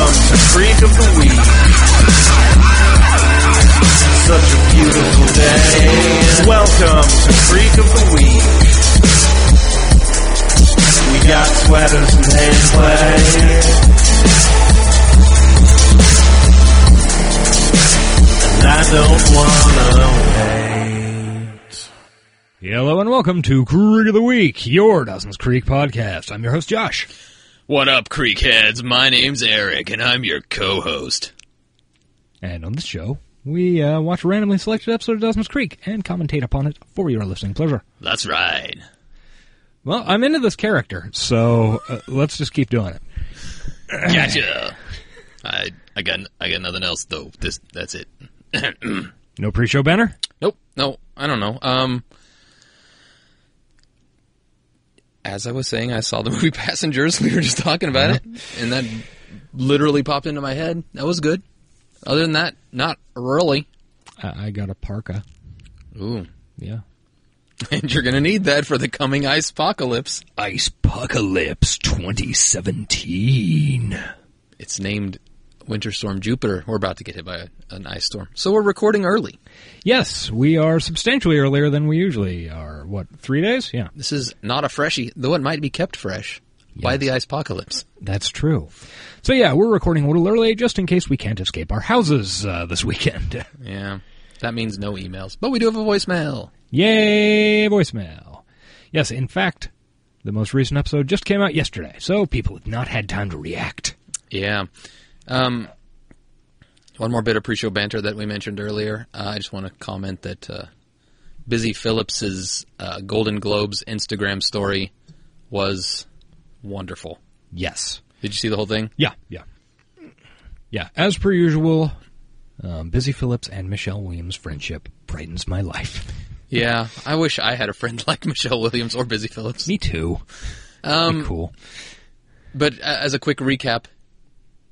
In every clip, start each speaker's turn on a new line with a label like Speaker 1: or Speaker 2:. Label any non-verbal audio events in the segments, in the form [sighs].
Speaker 1: freak of the week. Such a beautiful day. Welcome to Freak of the Week. We got sweaters and hand play. And I don't wanna wait.
Speaker 2: Hello and welcome to Creek of the Week, your Dozens Creek podcast. I'm your host, Josh.
Speaker 3: What up, Creekheads? My name's Eric, and I'm your co-host.
Speaker 2: And on this show, we uh, watch randomly selected episodes of Dozens Creek and commentate upon it for your listening pleasure.
Speaker 3: That's right.
Speaker 2: Well, I'm into this character, so uh, let's just keep doing it.
Speaker 3: [laughs] Gotcha. I I got I got nothing else though. This that's it.
Speaker 2: No pre show banner?
Speaker 3: Nope. No, I don't know. Um, as I was saying, I saw the [laughs] movie Passengers. We were just talking about it, and that literally popped into my head. That was good. Other than that, not really.
Speaker 2: I I got a parka.
Speaker 3: Ooh,
Speaker 2: Yeah.
Speaker 3: [laughs] and you're gonna need that for the coming ice apocalypse.
Speaker 2: Ice Pucalypse 2017.
Speaker 3: It's named Winter Storm Jupiter. We're about to get hit by a, an ice storm, so we're recording early.
Speaker 2: Yes, we are substantially earlier than we usually are. What, three days? Yeah.
Speaker 3: This is not a freshie, though it might be kept fresh by the ice apocalypse.
Speaker 2: That's true. So yeah, we're recording a little early just in case we can't escape our houses uh, this [laughs] weekend.
Speaker 3: Yeah. That means no emails, but we do have a voicemail.
Speaker 2: Yay, voicemail. Yes, in fact, the most recent episode just came out yesterday, so people have not had time to react.
Speaker 3: Yeah. Um, one more bit of pre-show banter that we mentioned earlier. Uh, I just want to comment that uh, Busy Phillips's uh, Golden Globes Instagram story was wonderful.
Speaker 2: Yes.
Speaker 3: Did you see the whole thing?
Speaker 2: Yeah, yeah. Yeah, as per usual, um, Busy Phillips and Michelle Williams' friendship brightens my life. [laughs]
Speaker 3: Yeah. I wish I had a friend [laughs] like Michelle Williams or Busy Phillips.
Speaker 2: Me too.
Speaker 3: Um,
Speaker 2: cool.
Speaker 3: But uh, as a quick recap,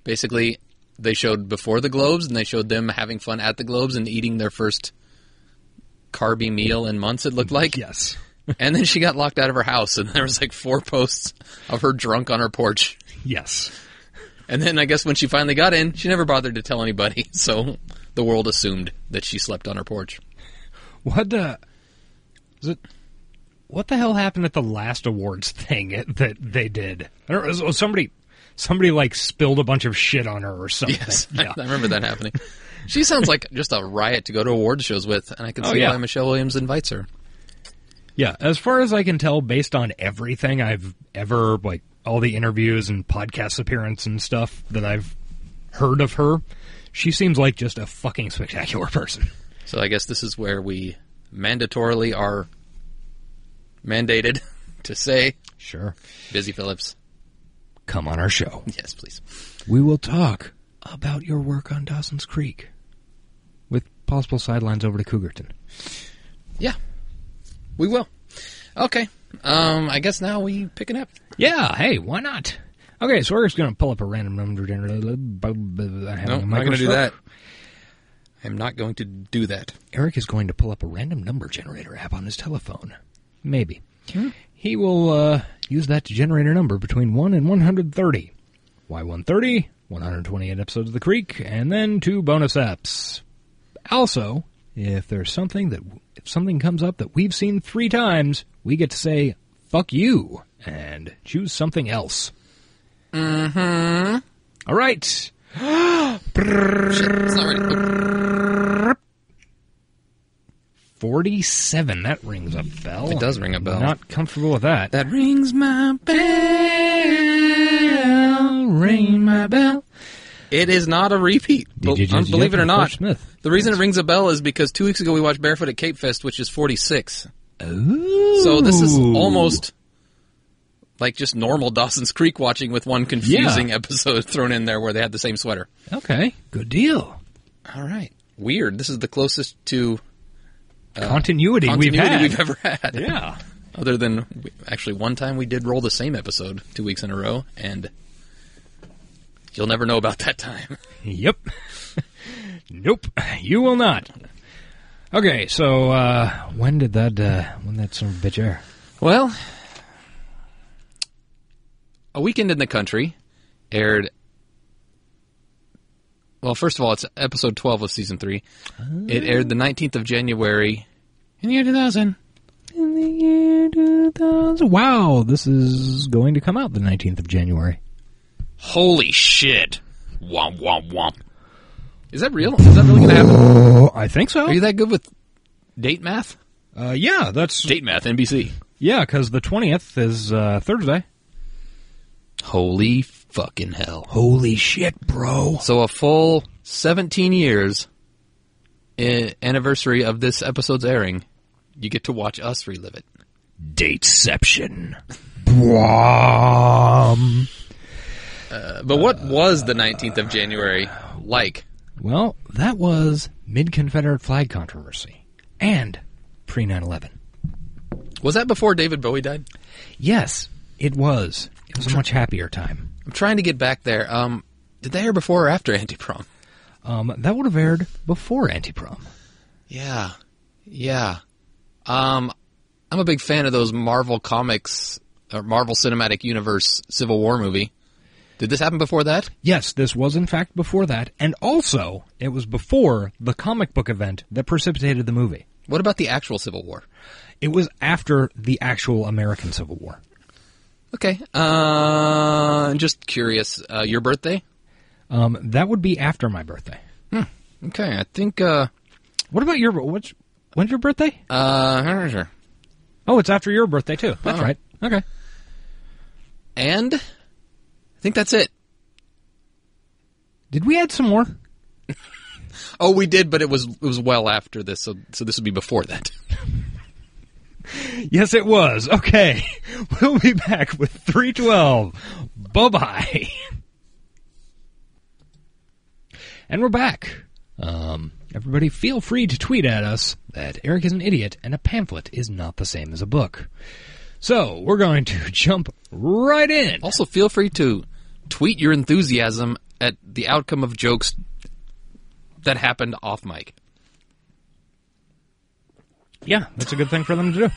Speaker 3: basically they showed before the Globes and they showed them having fun at the Globes and eating their first carby meal in months. It looked like,
Speaker 2: Yes.
Speaker 3: and then she got locked out of her house and there was like four posts of her drunk on her porch.
Speaker 2: Yes.
Speaker 3: And then I guess when she finally got in, she never bothered to tell anybody, [laughs] so the world assumed that she slept on her porch.
Speaker 2: What the? Is it? What the hell happened at the last awards thing [laughs] that they did? I don't, know, somebody, somebody like spilled a bunch of shit on her or something. [laughs]
Speaker 3: [laughs] Yes,
Speaker 2: Yeah.
Speaker 3: I remember that happening. She sounds like just a riot to go to award shows with, and I can
Speaker 2: Oh,
Speaker 3: see
Speaker 2: yeah.
Speaker 3: why Michelle Williams invites her.
Speaker 2: yeah. As far as I can tell, based on everything I've ever like all the interviews and podcast appearance and stuff that I've heard of her, she seems like just a fucking spectacular person.
Speaker 3: So I guess this is where we mandatorily are mandated [laughs] to say,
Speaker 2: Sure.
Speaker 3: Busy Phillips,
Speaker 2: Come on our show.
Speaker 3: yes, please.
Speaker 2: We will talk about your work on Dawson's Creek, with possible sidelines over to Cougarton.
Speaker 3: Yeah, we will. Okay. Um, I guess now we pick it up.
Speaker 2: Yeah, hey, why not? Okay, so we're just going to pull up a random number generator. No,
Speaker 3: No, I'm not going to do that. I'm not going to do that.
Speaker 2: Eric is going to pull up a random number generator app on his telephone. Maybe. He will uh, use that to generate a number between 1 and 130. Why 130? 128 episodes of The Creek, and then two bonus apps. Also, if there's something that if something comes up that we've seen three times, we get to say "fuck you" and choose something else. Mm-hmm. All right.
Speaker 3: It's not ready. Oh,
Speaker 2: 47. That rings a bell.
Speaker 3: It does ring a bell.
Speaker 2: Not comfortable with that.
Speaker 3: That rings my bell. Ring my bell. It is not a repeat. Bel-
Speaker 2: DJ
Speaker 3: un- believe it or
Speaker 2: from
Speaker 3: not,
Speaker 2: Fort Smith.
Speaker 3: the reason it rings a bell is because two weeks ago we watched Barefoot at Cape Fest, which is 46. So this is
Speaker 2: Ooh.
Speaker 3: almost like just normal Dawson's Creek watching with one confusing
Speaker 2: Yeah.
Speaker 3: episode thrown in there where they had the same sweater.
Speaker 2: Okay. Good deal.
Speaker 3: All right. Weird. This is the closest to
Speaker 2: Uh, continuity,
Speaker 3: continuity
Speaker 2: we've had.
Speaker 3: ever had.
Speaker 2: yeah.
Speaker 3: Other than we, actually one time we did roll the same episode two weeks in a row, and you'll never know about that time.
Speaker 2: Yep. [laughs] nope. You will not. Okay, so uh, when did that uh, when that some bitch air?
Speaker 3: Well, a weekend in the country aired Well, first of all, it's episode 12 of season 3. It aired the 19th of January in the year 2000.
Speaker 2: In the year 2000. Wow, this is going to come out the 19th of January.
Speaker 3: Holy shit. Womp, womp, womp. Is that real? Is that really going to happen?
Speaker 2: Oh, I think so.
Speaker 3: Are you that good with date math?
Speaker 2: Uh, yeah, that's
Speaker 3: Date math, NBC.
Speaker 2: yeah, because the 20th is uh, Thursday.
Speaker 3: Holy fucking hell.
Speaker 2: Holy shit, bro!
Speaker 3: So a full 17 years i- anniversary of this episode's airing, you get to watch us relive it.
Speaker 2: Dateception. Bwom.
Speaker 3: Uh, But what was the 19th of January like?
Speaker 2: Well, that was mid Confederate flag controversy and pre 9 11.
Speaker 3: Was that before David Bowie died?
Speaker 2: Yes, it was. It was a much happier time.
Speaker 3: I'm trying to get back there. Um, did they air before or after Anti Prom?
Speaker 2: Um, that would have aired before anti prom.
Speaker 3: Yeah, yeah. Um, I'm a big fan of those Marvel comics or Marvel Cinematic Universe Civil War movie. Did this happen before that?
Speaker 2: Yes, this was in fact before that, and also it was before the comic book event that precipitated the movie.
Speaker 3: What about the actual Civil War?
Speaker 2: It was after the actual American Civil War.
Speaker 3: Okay. Uh, just curious. Uh, your birthday?
Speaker 2: Um, that would be after my birthday.
Speaker 3: Okay, I think. Uh,
Speaker 2: What about your what's when's your birthday?
Speaker 3: uh,
Speaker 2: Oh, it's after your birthday too. That's
Speaker 3: Oh.
Speaker 2: right. Uh-huh. Okay.
Speaker 3: and I think that's it.
Speaker 2: Did we add some more?
Speaker 3: Oh, we did, but it was it was well after this, so so this would be before that.
Speaker 2: Yes, it was. Okay. [laughs] We'll be back with 312. Bye bye. And we're back. Um, everybody, feel free to tweet at us that Eric is an idiot and a pamphlet is not the same as a book. So, we're going to [laughs] jump right in.
Speaker 3: [laughs] Also, feel free to tweet your enthusiasm at the outcome of jokes that happened off mic.
Speaker 2: Yeah, that's a good thing for them to do.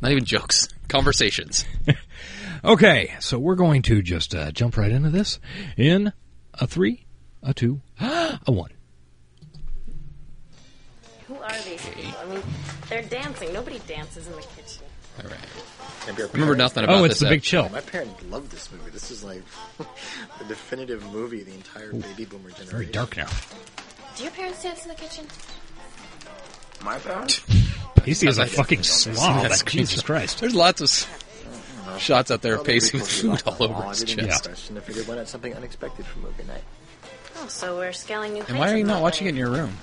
Speaker 3: Not even jokes, [laughs] conversations.
Speaker 2: Okay, so we're going to just uh, jump right into this in a three, a two, [gasps] a one.
Speaker 4: Who are these people? I mean, they're dancing. Nobody dances in the kitchen.
Speaker 3: All right.
Speaker 5: Remember
Speaker 3: Remember nothing about
Speaker 2: Oh,
Speaker 3: this.
Speaker 2: it's the
Speaker 3: app.
Speaker 2: big chill.
Speaker 5: My parents loved this movie. This is
Speaker 6: [laughs]
Speaker 5: like the definitive movie of the entire baby boomer generation.
Speaker 2: Very dark now.
Speaker 4: Do your parents dance in the kitchen?
Speaker 5: My parents?
Speaker 2: Pacey is a fucking slob.
Speaker 3: That's
Speaker 2: Jesus Christ.
Speaker 3: There's lots of s- shots out there of Pacey with [laughs] food all over his chest.
Speaker 5: And I figured why not something unexpected for movie night?
Speaker 4: Oh, so we're scaling new heights.
Speaker 3: And why are you
Speaker 4: in
Speaker 3: not
Speaker 4: that
Speaker 3: watching
Speaker 4: way.
Speaker 3: it in your room?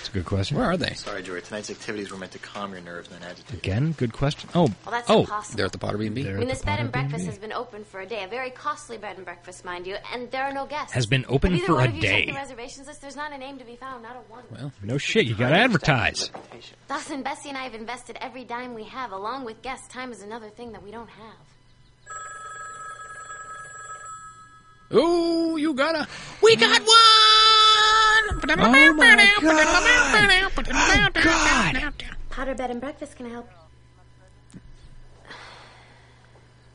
Speaker 2: That's a good question.
Speaker 3: Where are they?
Speaker 5: Sorry, Jory. Tonight's activities were meant to calm your nerves and agitate. you.
Speaker 2: Again, good question. Oh,
Speaker 4: Well, that's
Speaker 2: oh,
Speaker 4: impossible.
Speaker 3: They're Mm-hmm. at the Pottery and Bee.
Speaker 4: I
Speaker 2: They're-
Speaker 4: mean, this bed and
Speaker 2: Pottery
Speaker 4: breakfast
Speaker 2: Bee.
Speaker 4: has been open for a day, a very costly bed and breakfast, mind you, and there are no guests.
Speaker 2: Has been open
Speaker 4: Have either
Speaker 2: for
Speaker 4: one
Speaker 2: a
Speaker 4: of you checked
Speaker 2: day.
Speaker 4: The reservations list? There's not a name to be found, not a one.
Speaker 3: Well,
Speaker 2: no shit. You gotta advertise.
Speaker 4: Dawson, Bessie, and I have invested every dime we have, along with guests. Time is another thing that we don't have.
Speaker 3: Ooh, you gotta.
Speaker 7: We got one!
Speaker 2: Oh my God. Oh God.
Speaker 4: Potter Bed and Breakfast can I help. [sighs]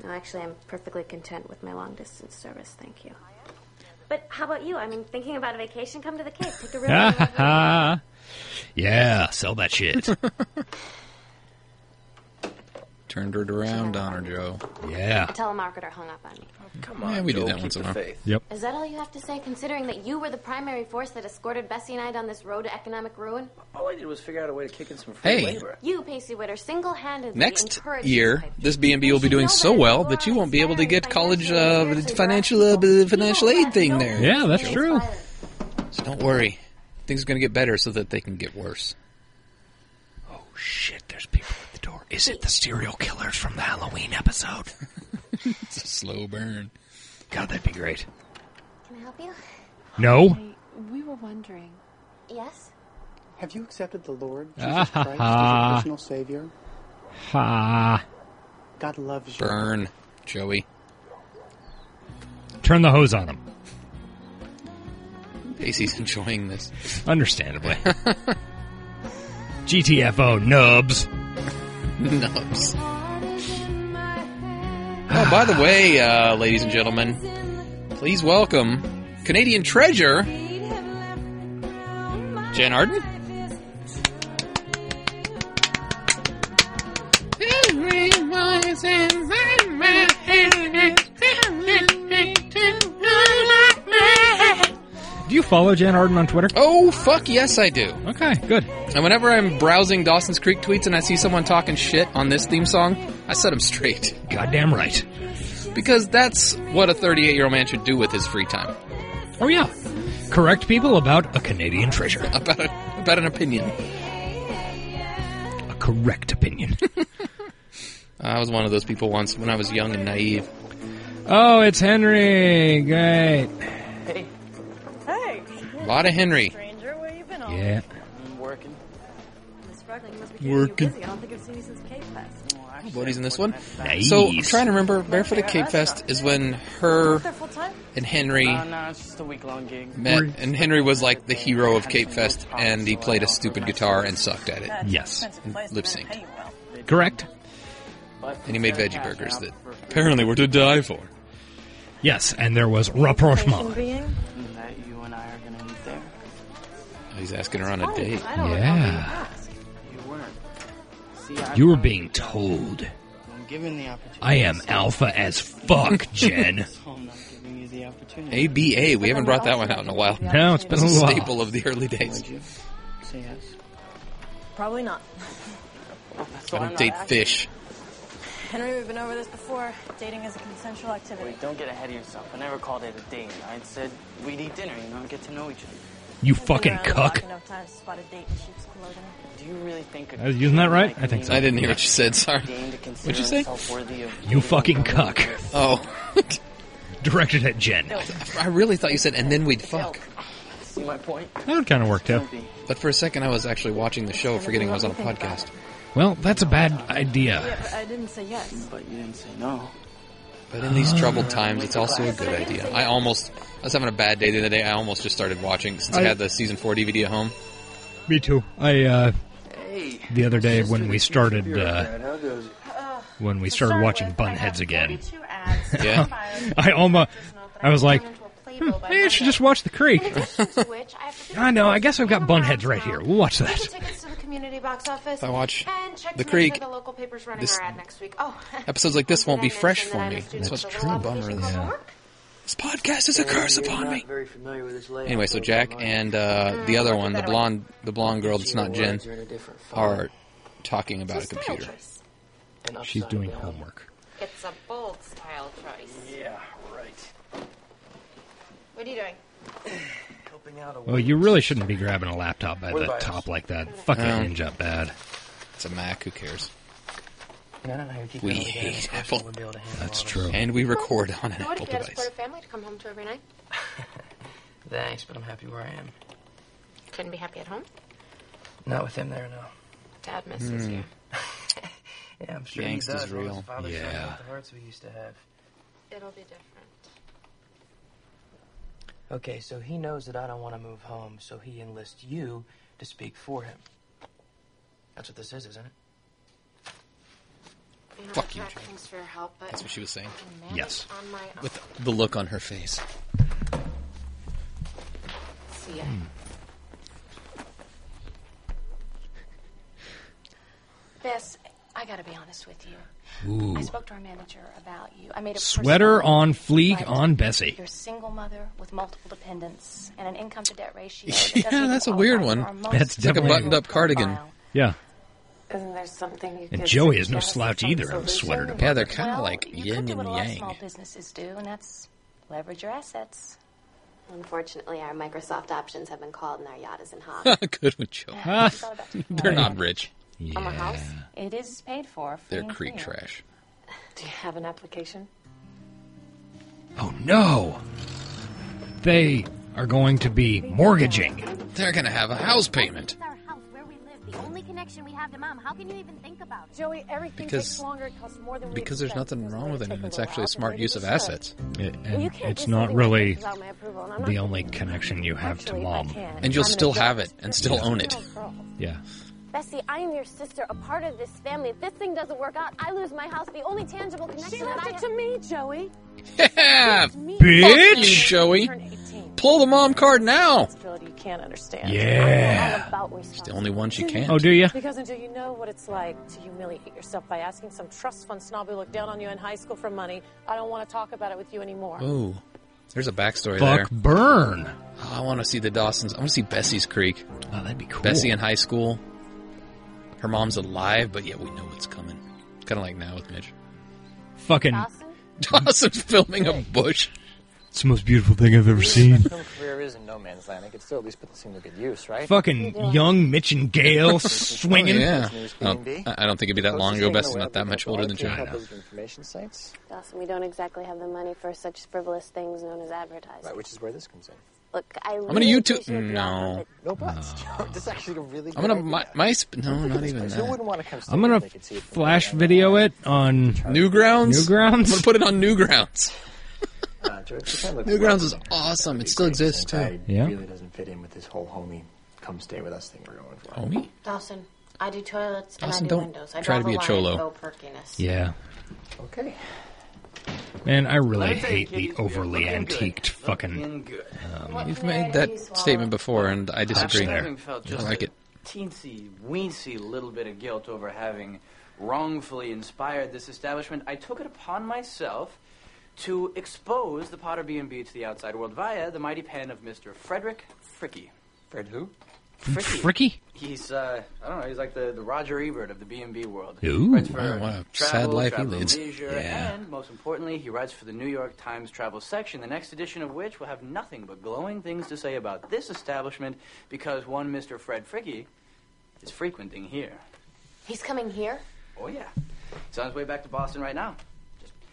Speaker 4: No, actually, I'm perfectly content with my long distance service. Thank you. But how about you? I mean, thinking about a vacation, come to the Cape. Take a real.
Speaker 3: [laughs]
Speaker 2: Ha ha ha. [laughs] Yeah, sell that [laughs] shit.
Speaker 3: Turned it around on her, Joe.
Speaker 2: Yeah.
Speaker 4: A telemarketer hung up on me.
Speaker 5: Come
Speaker 3: Yeah, we do that once in a while.
Speaker 2: Yep.
Speaker 4: Is that all you have to say, considering that you were the primary force that escorted Bessie and I down this road to economic ruin?
Speaker 8: All I did was figure out a way to kick in some free
Speaker 3: Hey.
Speaker 8: labor.
Speaker 4: You, Pacey Witter, single-handedly
Speaker 3: Next
Speaker 4: encouraged
Speaker 3: year,
Speaker 4: type
Speaker 3: this
Speaker 4: thing.
Speaker 3: B and B will be
Speaker 4: You
Speaker 3: doing
Speaker 4: know
Speaker 3: so
Speaker 4: that
Speaker 3: well
Speaker 4: you
Speaker 3: that
Speaker 4: are
Speaker 3: you won't be able to get
Speaker 4: inspiring
Speaker 3: college
Speaker 4: financial
Speaker 3: uh,
Speaker 4: leaders and
Speaker 3: financial
Speaker 4: people
Speaker 3: uh, financial
Speaker 4: who
Speaker 3: aid
Speaker 4: have
Speaker 3: thing
Speaker 4: no
Speaker 3: there.
Speaker 2: Yeah, that's
Speaker 4: skills.
Speaker 2: true.
Speaker 3: So don't worry, things are gonna get better so that they can get worse.
Speaker 2: Oh shit, there's people at the door. Is it the serial killers from the Halloween episode?
Speaker 3: [laughs] It's a slow burn.
Speaker 2: God, that'd be great.
Speaker 4: Can I help you?
Speaker 2: No.
Speaker 9: We were wondering.
Speaker 4: Yes.
Speaker 6: Have you accepted the
Speaker 2: [laughs]
Speaker 6: Lord
Speaker 2: Ah,
Speaker 6: Jesus
Speaker 2: ha,
Speaker 6: Christ as
Speaker 2: ha.
Speaker 6: your personal Savior?
Speaker 2: Ha.
Speaker 6: God loves you.
Speaker 3: Burn, Joey.
Speaker 2: Turn the hose on him.
Speaker 3: Pacey's [laughs] enjoying this.
Speaker 2: Understandably. [laughs] GTFO nubs.
Speaker 3: Nubs. Oh, by the way, uh, ladies and gentlemen, please welcome Canadian treasure, Jan Arden.
Speaker 2: Do you follow Jan Arden on Twitter?
Speaker 3: Oh, fuck yes, I do.
Speaker 2: Okay, good.
Speaker 3: And whenever I'm browsing Dawson's Creek tweets and I see someone talking shit on this theme song, I set them straight.
Speaker 2: Goddamn right.
Speaker 3: Because that's what a 38 year old man should do with his free time. [laughs]
Speaker 2: Oh yeah, correct people about a Canadian treasure.
Speaker 3: About, about an opinion.
Speaker 2: A correct opinion.
Speaker 3: I was one of those people once when I was young and naive.
Speaker 2: [laughs] oh, it's Henry. Great.
Speaker 9: Hey.
Speaker 3: A lot of Henry.
Speaker 9: Stranger, where you been all
Speaker 2: Yeah.
Speaker 8: I'm working.
Speaker 9: Miss Ruggling must be keeping you
Speaker 3: Working.
Speaker 9: busy. I don't think I've seen you since Cape Fest.
Speaker 8: Well, actually,
Speaker 3: Buddies in this
Speaker 8: I
Speaker 3: one.
Speaker 8: wasn't that
Speaker 2: Nice.
Speaker 3: So I'm trying to remember. Barefoot at Cape Fest is when her
Speaker 9: There full time?
Speaker 3: and
Speaker 8: bad.
Speaker 3: Henry
Speaker 8: Oh, No, no, it's just a week long gig.
Speaker 3: met, and Henry was like the hero of Cape Fest, and he played a stupid guitar and sucked at it.
Speaker 9: That's an
Speaker 2: Yes.
Speaker 9: expensive place.
Speaker 3: Lip
Speaker 9: They're gonna
Speaker 3: sync.
Speaker 9: pay you well.
Speaker 2: Correct.
Speaker 8: But
Speaker 3: And he made
Speaker 8: they're
Speaker 3: veggie
Speaker 8: cash
Speaker 3: burgers
Speaker 8: out
Speaker 3: that
Speaker 8: for free.
Speaker 3: apparently were to die for.
Speaker 2: Yes, and there was
Speaker 9: Patient
Speaker 2: rapprochement.
Speaker 9: being?
Speaker 8: And that you and I are gonna eat there.
Speaker 3: He's asking her on a date.
Speaker 9: I don't recall being
Speaker 2: Yeah.
Speaker 9: asked.
Speaker 8: You weren't. See, I
Speaker 2: You were being told.
Speaker 8: I'm given the opportunity.
Speaker 2: I am
Speaker 8: so-
Speaker 2: alpha as fuck, Jen.
Speaker 8: so I'm not giving you the opportunity.
Speaker 3: ABA. We haven't brought that one out in a while. [laughs]
Speaker 2: no, it's been a
Speaker 3: It's a
Speaker 2: while.
Speaker 3: staple of the early days.
Speaker 8: Would you say yes?
Speaker 9: Probably not.
Speaker 8: So
Speaker 3: I
Speaker 8: I'm
Speaker 3: don't
Speaker 8: not
Speaker 3: date
Speaker 8: asking-
Speaker 3: fish.
Speaker 9: Henry, we've been over this before. Dating is a consensual activity.
Speaker 8: Wait, don't get ahead of yourself. I never called it a date. I said we'd eat dinner, you know, and get to know each other.
Speaker 2: You
Speaker 9: I've been
Speaker 2: fucking
Speaker 9: around the block
Speaker 2: cuck.
Speaker 9: Enough times to spot a date in sheep's clothing.
Speaker 8: Do you really think?
Speaker 2: I was using that right? I think so.
Speaker 3: I didn't hear what you said. Sorry.
Speaker 8: What'd
Speaker 3: What'd you say?
Speaker 2: You fucking cuck.
Speaker 3: Oh, [laughs]
Speaker 2: Directed at Jen.
Speaker 3: I really thought you said, and then we'd fuck.
Speaker 8: See my point?
Speaker 2: That would kind of work too.
Speaker 8: Don't be.
Speaker 3: But for a second, I was actually watching the show, forgetting I was on a podcast.
Speaker 2: Well, that's a bad
Speaker 9: Yeah,
Speaker 2: idea.
Speaker 9: but I didn't say yes.
Speaker 8: But you didn't say no.
Speaker 3: But in these troubled times, it's also a good idea. I almost, I was having a bad day the other day. I almost just started watching since I,
Speaker 2: I-
Speaker 3: had the season four DVD at home.
Speaker 2: Me too. I uh,
Speaker 8: Hey.
Speaker 2: the other day when
Speaker 8: Sister,
Speaker 2: we
Speaker 8: the
Speaker 2: started,
Speaker 8: future
Speaker 2: uh,
Speaker 8: bureaucrat, how goes it?
Speaker 2: when we
Speaker 10: To
Speaker 2: started
Speaker 10: start
Speaker 2: watching
Speaker 10: with, I have
Speaker 2: Bunheads again,
Speaker 10: 42 ads
Speaker 3: [laughs] Yeah.
Speaker 10: compiled
Speaker 2: [laughs] I almost, I was like, hmm,
Speaker 10: hmm,
Speaker 2: maybe I should just watch The Creek. I [laughs]
Speaker 10: I
Speaker 2: know, I guess I've got Bunheads right here. We'll watch that.
Speaker 10: Tickets to the community box office.
Speaker 3: I watch
Speaker 10: and check
Speaker 3: The
Speaker 10: to make sure
Speaker 3: Creek,
Speaker 10: The local paper's running
Speaker 3: this-
Speaker 10: our ad next week. Oh, [laughs]
Speaker 3: Episodes like this won't be
Speaker 10: did I
Speaker 3: fresh
Speaker 10: mention
Speaker 3: for
Speaker 10: that I'm a
Speaker 3: me.
Speaker 10: student
Speaker 3: That's what's
Speaker 10: of the
Speaker 3: true
Speaker 10: Law
Speaker 3: bummer.
Speaker 10: Application
Speaker 3: This
Speaker 10: Club
Speaker 2: Yeah.
Speaker 10: work?
Speaker 3: This podcast is a curse upon me.
Speaker 8: Very familiar with this layout,
Speaker 3: Anyway, so
Speaker 8: but
Speaker 3: Jack
Speaker 8: my
Speaker 3: and uh, the other one, the blonde, the blonde girl that's not Jen,
Speaker 8: words are in a different form.
Speaker 3: are talking about a
Speaker 10: Style
Speaker 3: computer.
Speaker 10: choice.
Speaker 8: And
Speaker 2: She's
Speaker 8: upside
Speaker 2: doing
Speaker 8: down.
Speaker 2: homework.
Speaker 10: It's a bold style choice.
Speaker 8: Yeah, right.
Speaker 10: What are you doing?
Speaker 8: Helping out a
Speaker 2: Well, you really shouldn't be grabbing a laptop by the top like that. Fuck that
Speaker 3: No.
Speaker 2: hinge up bad.
Speaker 3: It's a Mac. Who cares?
Speaker 8: No, no, no, you're keeping
Speaker 3: We
Speaker 8: it all together.
Speaker 3: hate
Speaker 8: Of course
Speaker 3: Apple.
Speaker 8: we'll be able to handle
Speaker 2: That's
Speaker 8: all this.
Speaker 2: true.
Speaker 3: And we record on an
Speaker 10: What
Speaker 3: Apple
Speaker 10: if you had a
Speaker 3: device.
Speaker 10: supportive family to come home to every night?
Speaker 8: Thanks, but I'm happy where I am.
Speaker 10: Couldn't be happy at home.
Speaker 8: Not with him there, no.
Speaker 10: Dad misses
Speaker 3: Hmm.
Speaker 10: you.
Speaker 8: Yeah, I'm sure
Speaker 3: The
Speaker 8: he
Speaker 3: angst
Speaker 8: does.
Speaker 3: is
Speaker 8: all those
Speaker 3: real.
Speaker 8: fathers don't
Speaker 2: Yeah.
Speaker 8: have The hearts we used to have.
Speaker 10: It'll be different.
Speaker 8: Okay, so he knows that I don't want to move home, so he enlists you to speak for him. That's what this is, isn't it?
Speaker 10: You know,
Speaker 3: Fuck you,
Speaker 10: Jack,
Speaker 3: Jack.
Speaker 10: Thanks for your help, but
Speaker 3: That's what she was saying.
Speaker 10: I can manage
Speaker 2: Yes.
Speaker 10: on my own.
Speaker 3: With the look on her face.
Speaker 10: See ya.
Speaker 3: Hmm.
Speaker 10: Bess, I gotta be honest with you.
Speaker 2: Ooh.
Speaker 10: I spoke to our manager about you. I made a
Speaker 2: Sweater
Speaker 10: personal
Speaker 2: on fleek
Speaker 10: invite.
Speaker 2: on Bessie.
Speaker 10: You're a single mother with multiple dependents and an income to debt ratio.
Speaker 3: [laughs] Yeah,
Speaker 10: That doesn't
Speaker 3: that's
Speaker 10: even
Speaker 3: a weird
Speaker 10: qualify
Speaker 3: one.
Speaker 10: for our most
Speaker 2: That's It's like a
Speaker 10: favorable
Speaker 3: buttoned-up cardigan.
Speaker 10: profile.
Speaker 2: Yeah.
Speaker 10: Isn't there something you
Speaker 2: And
Speaker 10: could
Speaker 2: Joey is no
Speaker 10: suggest
Speaker 2: slouch
Speaker 10: some
Speaker 2: either on the
Speaker 10: solution?
Speaker 2: sweater
Speaker 3: Yeah, they're kind of
Speaker 10: Well,
Speaker 3: like
Speaker 10: you could
Speaker 3: yin
Speaker 10: do
Speaker 3: and
Speaker 10: what a lot of small
Speaker 3: yang.
Speaker 10: businesses do, and that's leverage your assets.
Speaker 4: Unfortunately, our Microsoft options have been called and our yacht is in hock.
Speaker 3: [laughs] Good one, Joe.
Speaker 10: Have you thought about taking
Speaker 3: [laughs] They're
Speaker 10: out
Speaker 3: not rich.
Speaker 10: on my
Speaker 2: Yeah.
Speaker 10: house? [laughs] It is paid for. free
Speaker 3: They're
Speaker 10: and
Speaker 3: creek
Speaker 10: clear.
Speaker 3: trash.
Speaker 4: Do you have an application?
Speaker 2: Oh no! They are going to be mortgaging.
Speaker 3: They're gonna have a house payment.
Speaker 10: our house, where we live, the only connection we have to mom. How can you even think about it? Joey, everything
Speaker 3: Because- takes
Speaker 10: longer. It costs more than
Speaker 3: Because there's nothing wrong with it, and it's actually a smart use of assets. [laughs]
Speaker 2: It-
Speaker 10: Well,
Speaker 2: and
Speaker 10: you can't
Speaker 2: it's
Speaker 10: just leave
Speaker 2: not
Speaker 10: it like
Speaker 2: really
Speaker 10: this without my approval, and I'm
Speaker 2: the
Speaker 10: not-
Speaker 2: only connection you have to
Speaker 10: Actually, if I
Speaker 2: mom.
Speaker 10: can,
Speaker 3: And you'll
Speaker 10: I'm an
Speaker 3: still
Speaker 10: adult.
Speaker 3: have it and still own it.
Speaker 2: Yeah.
Speaker 4: Bessie, I am your sister, a part of this family. If this thing doesn't work out, I lose my house. The only tangible connection
Speaker 9: She left
Speaker 4: that I
Speaker 9: it
Speaker 4: have-
Speaker 9: to me, Joey.
Speaker 3: Yeah,
Speaker 9: Me.
Speaker 3: Fuck you,
Speaker 2: Bitch!
Speaker 3: Joey.
Speaker 9: Turn 18.
Speaker 3: Pull the mom card now.
Speaker 9: Responsibility you can't understand.
Speaker 2: Yeah.
Speaker 9: I'm all about
Speaker 3: It's the only one she
Speaker 9: responsibility.
Speaker 3: can.
Speaker 2: Oh,
Speaker 9: Because until you know what it's like to humiliate yourself by asking some trust fund snob who looked down on you in high school for money, I don't want to talk about it with you anymore.
Speaker 3: Oh, there's a backstory
Speaker 2: Buck
Speaker 3: there.
Speaker 2: Burn.
Speaker 3: Oh, I want to see the Dawsons. I want to see Bessie's Creek.
Speaker 2: Oh, that'd be cool.
Speaker 3: Bessie in high school. Her mom's alive, but yet we know what's coming. Kind of like now with Mitch. [laughs]
Speaker 2: Fucking,
Speaker 3: Dawson's filming a bush.
Speaker 2: it's the most beautiful thing I've ever
Speaker 6: [laughs]
Speaker 2: seen.
Speaker 6: My film career is in no man's land. I could still at least put this thing to good use, right?
Speaker 2: Fucking young Mitch and
Speaker 6: [laughs]
Speaker 2: Gail swinging.
Speaker 3: Oh, yeah.
Speaker 6: Oh,
Speaker 3: Oh, I I don't think it'd be that long ago. Bessie's not that much older than John.
Speaker 6: Information sites,
Speaker 4: Dawson, we don't exactly have the money for such frivolous things known as advertising.
Speaker 6: right, which is where this comes in.
Speaker 4: Look, I
Speaker 3: I'm gonna YouTube. No,
Speaker 6: No buts. [laughs] this is actually a really. Good
Speaker 3: I'm gonna
Speaker 6: idea.
Speaker 3: my, my sp- no, not even
Speaker 6: Who wouldn't
Speaker 3: that.
Speaker 6: want to come? see
Speaker 2: I'm
Speaker 6: it if
Speaker 2: gonna
Speaker 6: they could see it from
Speaker 2: flash
Speaker 6: the-
Speaker 2: video it on
Speaker 3: Newgrounds. I'm gonna
Speaker 2: Newgrounds.
Speaker 3: put it on Newgrounds.
Speaker 6: Uh, to- to kind of look
Speaker 3: Newgrounds is
Speaker 6: welcoming.
Speaker 3: awesome.
Speaker 6: That'd
Speaker 3: It
Speaker 6: be
Speaker 3: still
Speaker 6: great.
Speaker 3: exists
Speaker 6: Like, I-
Speaker 3: too.
Speaker 2: Yeah.
Speaker 6: Really doesn't fit in with this whole homie come stay with us thing we're going for.
Speaker 3: Homie,
Speaker 4: Dawson, I do toilets and
Speaker 3: Dawson,
Speaker 4: I do
Speaker 3: don't
Speaker 4: windows. I
Speaker 3: try to
Speaker 4: draw
Speaker 3: be
Speaker 4: the
Speaker 3: a
Speaker 4: line
Speaker 3: cholo.
Speaker 4: at Go perkiness.
Speaker 2: Yeah.
Speaker 6: Okay.
Speaker 2: Man, I really hate the overly antiqued fucking.
Speaker 3: you've made that statement before, and I disagree.
Speaker 11: having felt just
Speaker 3: like
Speaker 11: a
Speaker 3: it.
Speaker 11: teensy, weensy little bit of guilt over having wrongfully inspired this establishment, I took it upon myself to expose the Potter B&B to the outside world via the mighty pen of Mr. Frederick Fricky. Fred who? Fricky.
Speaker 2: Fricky?
Speaker 11: He's, uh, I don't know, he's like the, the Roger Ebert of the B&B world.
Speaker 2: Ooh,
Speaker 11: Writes for
Speaker 3: wow, what a
Speaker 11: travel,
Speaker 3: sad life he
Speaker 11: travel and
Speaker 3: leads.
Speaker 11: Leisure,
Speaker 3: Yeah.
Speaker 11: And most importantly, he writes for the New York Times travel section, the next edition of which will have nothing but glowing things to say about this establishment because one Mr. Fred Fricke is frequenting here.
Speaker 4: He's coming here?
Speaker 11: Oh, yeah. He's on his way back to Boston right now.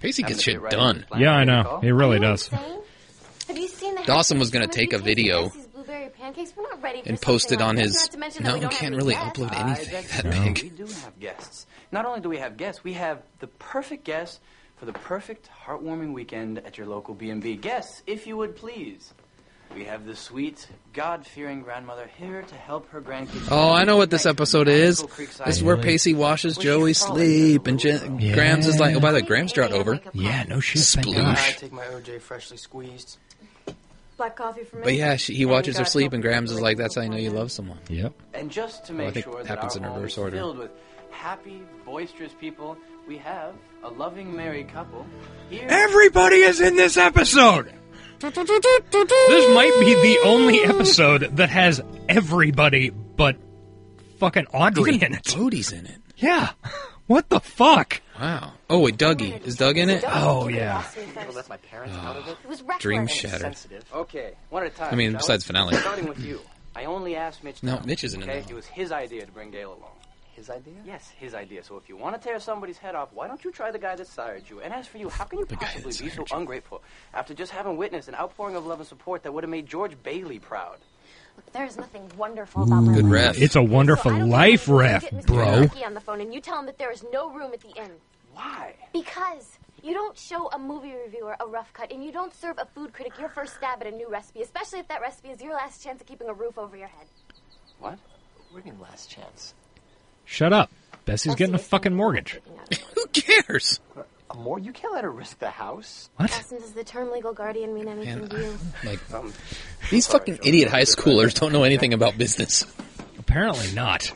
Speaker 3: Pacey gets
Speaker 11: Having
Speaker 3: shit
Speaker 11: a bit right
Speaker 3: done.
Speaker 11: in his
Speaker 2: Yeah, I
Speaker 11: plan,
Speaker 2: know. It
Speaker 11: recall.
Speaker 2: really does.
Speaker 4: Insane? Have you seen the
Speaker 3: Dawson was
Speaker 4: gonna
Speaker 3: gonna take a video
Speaker 4: blueberry pancakes? We're not ready for
Speaker 3: and
Speaker 4: something
Speaker 3: posted
Speaker 4: like
Speaker 3: on
Speaker 4: this,
Speaker 3: his.
Speaker 4: Not to mention that
Speaker 3: No,
Speaker 4: we
Speaker 3: you
Speaker 4: don't have
Speaker 3: can't
Speaker 4: any
Speaker 3: really
Speaker 4: guests.
Speaker 3: upload anything
Speaker 11: I
Speaker 3: that
Speaker 11: beg to
Speaker 3: big.
Speaker 11: differ. We do have guests. Not only do we have guests, we have the perfect guests for the perfect heartwarming weekend at your local B&B. Guests, if you would please. We have the sweet, God-fearing grandmother here to help her grandkids.
Speaker 3: Oh, I know what this episode is. This is where
Speaker 2: Really?
Speaker 3: Pacey washes Joey sleep, and Jen-
Speaker 2: Yeah.
Speaker 3: Grams is like, "Oh, by the way, Grams drought over."
Speaker 2: Yeah, no shit. thank
Speaker 3: Sploosh.
Speaker 2: God.
Speaker 8: I take my OJ freshly squeezed.
Speaker 9: Black coffee for me.
Speaker 3: But yeah, she, he watches her sleep, and Grams is like, "That's how you know you love someone."
Speaker 2: Yep.
Speaker 11: And just to
Speaker 3: Well, Oh, I
Speaker 11: make
Speaker 3: think
Speaker 11: sure
Speaker 3: it
Speaker 11: that
Speaker 3: happens
Speaker 11: our
Speaker 3: in
Speaker 11: home
Speaker 3: reverse
Speaker 11: is
Speaker 3: order.
Speaker 11: filled with happy, boisterous people, we have a loving married couple here.
Speaker 2: Everybody is in this episode. This might be the only episode that has everybody but fucking Audrey in it.
Speaker 3: Bodie's in it.
Speaker 2: Yeah. What the fuck?
Speaker 3: Wow. Oh wait, Dougie is Doug in it?
Speaker 2: Oh yeah.
Speaker 9: [laughs]
Speaker 6: People left my parents
Speaker 3: Ah,
Speaker 6: out of it.
Speaker 4: It was reckless.
Speaker 3: Dream shattered.
Speaker 6: Sensitive.
Speaker 11: Okay, one at a time.
Speaker 3: I mean,
Speaker 11: shall we?
Speaker 3: besides finale.
Speaker 11: Starting with you. I only asked Mitch. to
Speaker 3: No,
Speaker 11: come,
Speaker 3: Mitch isn't in
Speaker 11: Okay,
Speaker 3: that one.
Speaker 11: it was his idea to bring Gail along.
Speaker 6: His idea.
Speaker 11: Yes, his idea. So if you want to tear somebody's head off, why don't you try the guy that sired you? And as for you, how can you
Speaker 3: guy that
Speaker 11: possibly be so
Speaker 3: sired you.
Speaker 11: ungrateful after just having witnessed an outpouring of love and support that would have made George Bailey proud?
Speaker 4: Look, there is nothing wonderful about my
Speaker 3: Good
Speaker 4: life.
Speaker 3: ref.
Speaker 2: It's a wonderful
Speaker 4: So I don't
Speaker 2: life
Speaker 4: care if you
Speaker 2: ref,
Speaker 4: get Mr.
Speaker 2: bro.
Speaker 4: Mackey on the phone and you tell him that there is no room at the inn.
Speaker 11: Why?
Speaker 4: Because you don't show a movie reviewer a rough cut and you don't serve a food critic your first stab at a new recipe, especially if that recipe is your last chance at keeping a roof over your head.
Speaker 11: What?
Speaker 6: What do you mean last chance?
Speaker 2: Shut up. Bessie's getting a
Speaker 4: Dusty is
Speaker 2: fucking
Speaker 4: thinking
Speaker 2: mortgage.
Speaker 4: about taking out a
Speaker 3: Who cares?
Speaker 6: A more? You can't let her risk the house.
Speaker 4: mortgage. Dawson, does the term legal guardian mean anything to you?
Speaker 3: Like these fucking idiot high schoolers don't know anything about business.
Speaker 2: Apparently not.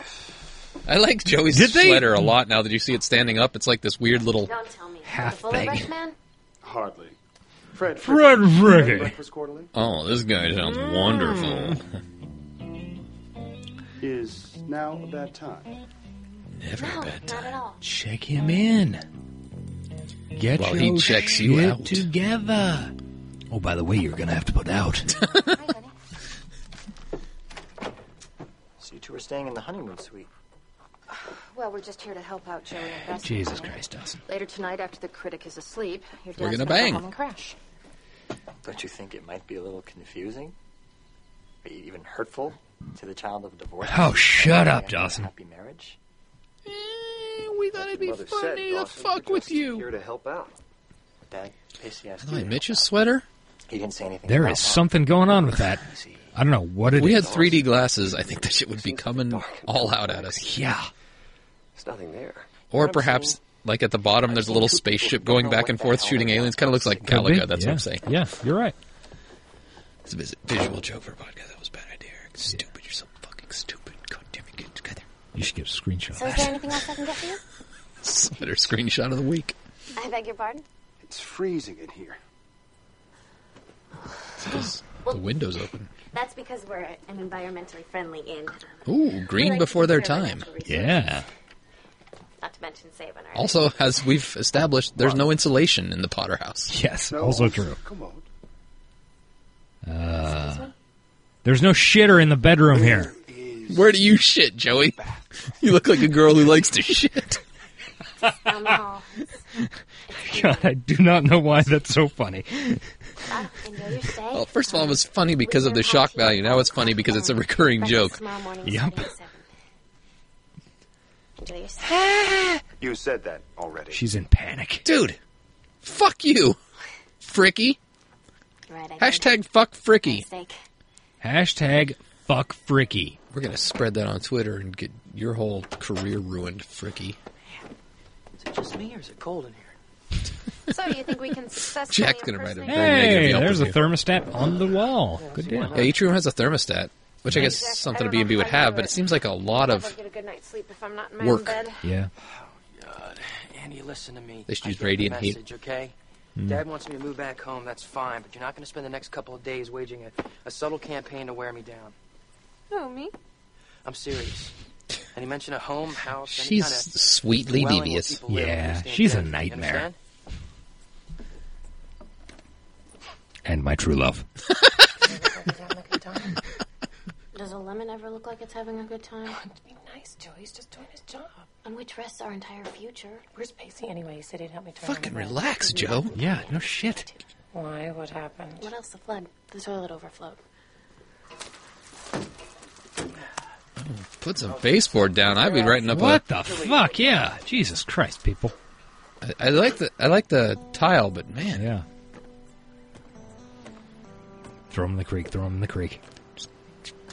Speaker 3: I like Joey's
Speaker 2: Did they-
Speaker 3: sweater a lot now that you see it standing up. It's like this weird little.
Speaker 4: Don't tell me.
Speaker 2: Half
Speaker 4: the Fuller
Speaker 3: thing.
Speaker 4: Brush man?
Speaker 5: Hardly. Fred.
Speaker 2: Fred Friggy.
Speaker 5: Breakfast Quarterly
Speaker 3: Oh, this guy sounds wonderful.
Speaker 5: is now a bad time.
Speaker 3: Never
Speaker 4: No,
Speaker 3: a bad
Speaker 4: not
Speaker 3: time.
Speaker 4: at all.
Speaker 2: Check him in. Get
Speaker 3: While
Speaker 2: your
Speaker 3: he checks you
Speaker 2: shit
Speaker 3: out.
Speaker 2: together. Oh, by the way, you're gonna have to put
Speaker 3: [laughs]
Speaker 2: out.
Speaker 4: Hi, honey.
Speaker 6: So you two are staying in the honeymoon suite.
Speaker 9: Well, we're just here to help out Joey and Bess.
Speaker 2: Jesus Christ, Dawson.
Speaker 9: Later tonight, after the critic is asleep, your dad's
Speaker 3: We're gonna
Speaker 9: go
Speaker 3: bang.
Speaker 9: home and crash.
Speaker 6: Don't you think it might be a little confusing? Be even hurtful to the child of a divorce?
Speaker 2: Oh, shut up,
Speaker 6: After a
Speaker 2: Dawson.
Speaker 6: Happy marriage.
Speaker 3: Eh, we thought it'd be funny to fuck with you.
Speaker 5: Here to help out.
Speaker 6: Dad, Pacey asked you.
Speaker 3: Like
Speaker 6: to-
Speaker 3: Mitch's sweater.
Speaker 6: He didn't say anything.
Speaker 2: There
Speaker 6: about
Speaker 2: is
Speaker 6: that.
Speaker 2: something going on with that.
Speaker 6: See,
Speaker 2: I don't know what it is.
Speaker 3: We had 3D glasses. I think that shit would be coming all out at us.
Speaker 2: Yeah.
Speaker 6: There's nothing there.
Speaker 3: Or perhaps, like at the bottom, there's a little spaceship going back and forth shooting aliens. Kind of looks like
Speaker 2: Could be.
Speaker 3: Galaga. That's
Speaker 2: yeah.
Speaker 3: what I'm saying.
Speaker 2: Yeah, you're right.
Speaker 3: It's a vis- visual joke for a podcast. That was a bad idea, Eric. Stupid. You're so fucking stupid. God damn it. Get together.
Speaker 2: You should get a screenshot.
Speaker 10: So is there anything else I can get for you?
Speaker 3: It's a [laughs] Better screenshot of the [laughs] week.
Speaker 10: I beg your pardon?
Speaker 12: It's freezing in here.
Speaker 3: The window's open.
Speaker 4: That's because we're an environmentally friendly inn.
Speaker 3: Ooh, green
Speaker 4: like
Speaker 3: before their
Speaker 4: conserve
Speaker 3: time.
Speaker 4: natural resources.
Speaker 3: Yeah.
Speaker 4: Not to mention saving our.
Speaker 3: Also, as we've established, there's no insulation in the Potter
Speaker 2: [laughs]
Speaker 3: house.
Speaker 2: Yes, also true.
Speaker 12: Come on.
Speaker 2: Uh, there's no shitter in the bedroom here.
Speaker 3: Where do you shit, [laughs] Joey? You look like a girl who likes to shit.
Speaker 4: down the hall.
Speaker 3: [laughs]
Speaker 2: God, [laughs] I do not know why that's so funny.
Speaker 4: Ah, and know you're safe.
Speaker 3: Well, first of all, it was funny because of the shock value. Now it's funny because it's a recurring joke.
Speaker 4: Tomorrow morning,
Speaker 3: Yep.
Speaker 4: seven to seven. Enjoy yourself.
Speaker 3: [sighs]
Speaker 12: You said that already.
Speaker 2: She's in panic.
Speaker 3: Dude, fuck you, Fricky.
Speaker 4: right, I
Speaker 3: Hashtag fuck Fricky. [laughs]
Speaker 4: Mistake.
Speaker 2: Hashtag fuck Fricky.
Speaker 3: We're going to spread that on Twitter and get your whole career ruined, Fricky.
Speaker 8: Is it just me or is it cold in here?
Speaker 10: So do you think we can successfully
Speaker 3: Jack's going to write a very
Speaker 10: impersonate-
Speaker 2: Hey,
Speaker 3: negative Yelp
Speaker 2: there's a
Speaker 3: review.
Speaker 2: thermostat on the wall. Good deal.
Speaker 3: Yeah, each room has a thermostat, which I guess is something B&B would have, but it seems like a lot
Speaker 10: I'll
Speaker 3: of...
Speaker 10: get a good night's sleep if I'm not in my
Speaker 3: work.
Speaker 10: own bed.
Speaker 2: Yeah.
Speaker 8: God, Andy, listen to me.
Speaker 3: They should use
Speaker 8: I get the
Speaker 3: radiant heat.
Speaker 8: message, Okay.
Speaker 2: Mm-hmm.
Speaker 3: Mm.
Speaker 8: Dad wants me to move back home. That's fine, but you're not going to spend the next couple of days waging a, a subtle campaign to wear me down.
Speaker 10: Who, me?
Speaker 8: I'm serious. And he mentioned a home, house. any
Speaker 3: She's
Speaker 8: kinda
Speaker 3: sweetly
Speaker 8: dwelling where
Speaker 3: devious.
Speaker 8: people live and
Speaker 2: Yeah,
Speaker 8: understand
Speaker 2: she's a
Speaker 8: things. You
Speaker 2: nightmare.
Speaker 8: understand?
Speaker 2: And my true love.
Speaker 4: [laughs] Does a lemon ever look like it's having a good time?
Speaker 9: Be nice, Joey. He's just doing his job.
Speaker 4: And we dress our entire future.
Speaker 9: Where's Pacey anyway? He said he'd help me turn.
Speaker 3: Fucking relax, Joe.
Speaker 2: Yeah, no shit.
Speaker 9: Why? What happened?
Speaker 4: What else? The flood. The toilet overflowed.
Speaker 3: Put some baseboard down. I'd be writing up
Speaker 2: What
Speaker 3: a...
Speaker 2: the fuck? Yeah. Jesus Christ, people.
Speaker 3: I- I like the I like the tile, but man,
Speaker 2: Yeah. Throw him in the creek, throw him in the creek.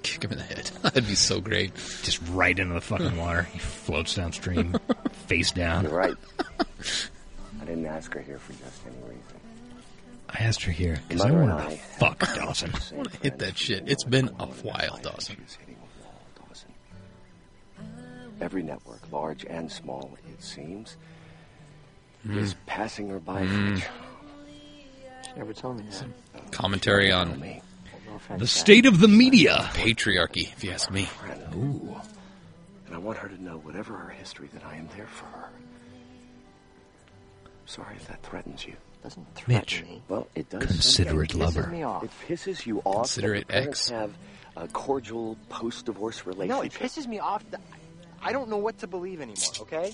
Speaker 3: kick him in the head. [laughs] That'd be so great.
Speaker 2: Just right into the fucking water. He floats downstream, face down.
Speaker 13: You're right. I didn't ask her here for just any reason.
Speaker 2: I asked her here because I
Speaker 13: Mother and
Speaker 2: wanted
Speaker 13: I
Speaker 2: to fuck Dawson.
Speaker 3: I want to hit that shit. It's been a while, Dawson.
Speaker 13: Every network, large and small, it seems,
Speaker 3: Hmm.
Speaker 13: is passing her by.
Speaker 3: Mm.
Speaker 13: She never told me that.
Speaker 3: Commentary on
Speaker 2: The state of the media.
Speaker 3: patriarchy, if you ask me.
Speaker 13: Ooh. And I want her to know, whatever her history, that I am there for her. Sorry if that threatens you.
Speaker 12: Doesn't
Speaker 2: Mitch,
Speaker 13: Well, it does.
Speaker 2: considerate
Speaker 13: sometimes.
Speaker 2: lover.
Speaker 13: Pisses me off. It pisses you off.
Speaker 3: Considerate
Speaker 13: that parents
Speaker 3: ex.
Speaker 13: have a cordial post-divorce
Speaker 12: No, it
Speaker 13: relationship.
Speaker 12: pisses me off. That I don't know what to believe anymore. Okay.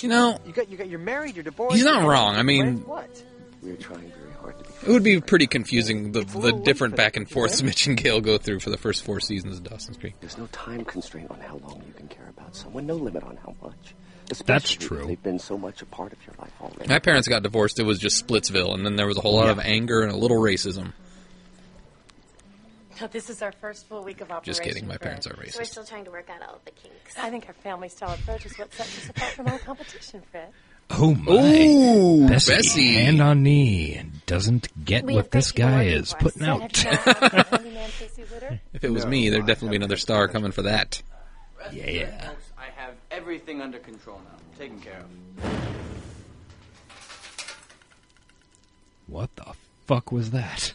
Speaker 3: You know,
Speaker 12: You got you got you're married. You're divorced.
Speaker 3: He's not
Speaker 12: you're-
Speaker 3: wrong, I mean-
Speaker 12: what?
Speaker 13: We're trying very hard to be.
Speaker 3: it would be pretty confusing the the different back and forths Mitch and Gail go through for the first four seasons of Dawson's Creek.
Speaker 13: There's no time constraint on how long you can care about someone. No limit on how much. Especially
Speaker 2: That's
Speaker 13: if
Speaker 2: true.
Speaker 13: They've been so much a part of your life already.
Speaker 3: My parents got divorced. It was just Splitsville, and then there was a whole lot of anger and a little racism.
Speaker 9: Now, this is our first full week of operation.
Speaker 3: Just kidding. My
Speaker 9: for-
Speaker 3: parents are
Speaker 4: So we're
Speaker 3: racist.
Speaker 4: still trying to work out all of the kinks.
Speaker 9: I think our family style approach is what sets us apart from all competition, Fred.
Speaker 2: Oh my.
Speaker 3: Ooh,
Speaker 2: Bessie,
Speaker 3: Bessie.
Speaker 2: hand on knee, and doesn't get
Speaker 4: We
Speaker 2: what
Speaker 4: have great
Speaker 2: this
Speaker 4: people
Speaker 2: guy
Speaker 4: working
Speaker 2: is
Speaker 4: for us.
Speaker 2: putting out.
Speaker 3: If it was
Speaker 12: No,
Speaker 3: me, there'd
Speaker 12: I
Speaker 3: definitely be
Speaker 12: have
Speaker 3: another
Speaker 12: no
Speaker 3: star
Speaker 12: idea.
Speaker 3: coming for that.
Speaker 11: Rest
Speaker 2: [laughs] Yeah,
Speaker 11: assured,
Speaker 2: yeah.
Speaker 11: folks, I have everything under control now. Taken care of.
Speaker 2: What the fuck was that?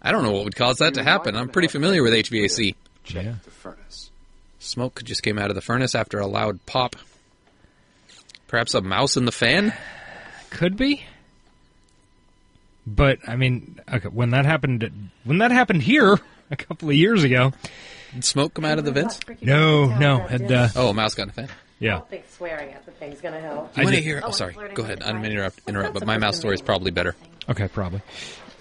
Speaker 3: I don't know what would cause that to happen. I'm pretty familiar with HVAC.
Speaker 2: Yeah.
Speaker 12: The furnace.
Speaker 3: Smoke just came out of the furnace after a loud pop. Perhaps a mouse in the fan?
Speaker 2: Could be. But I mean, okay, when that happened, when that happened here a couple of years ago.
Speaker 3: Did smoke come out of the vents?
Speaker 2: No, no, had uh,
Speaker 3: Oh, a mouse got in the fan.
Speaker 2: yeah.
Speaker 9: think swearing at the thing's gonna help.
Speaker 2: I
Speaker 3: You want to
Speaker 2: did-
Speaker 3: hear? Oh,
Speaker 4: I'm
Speaker 3: sorry.
Speaker 4: flirting
Speaker 3: Go
Speaker 4: with
Speaker 3: ahead.
Speaker 4: the
Speaker 3: I didn't mean to
Speaker 4: guys.
Speaker 3: interrupt, interrupt, but my mouse story is probably better.
Speaker 2: Okay, probably.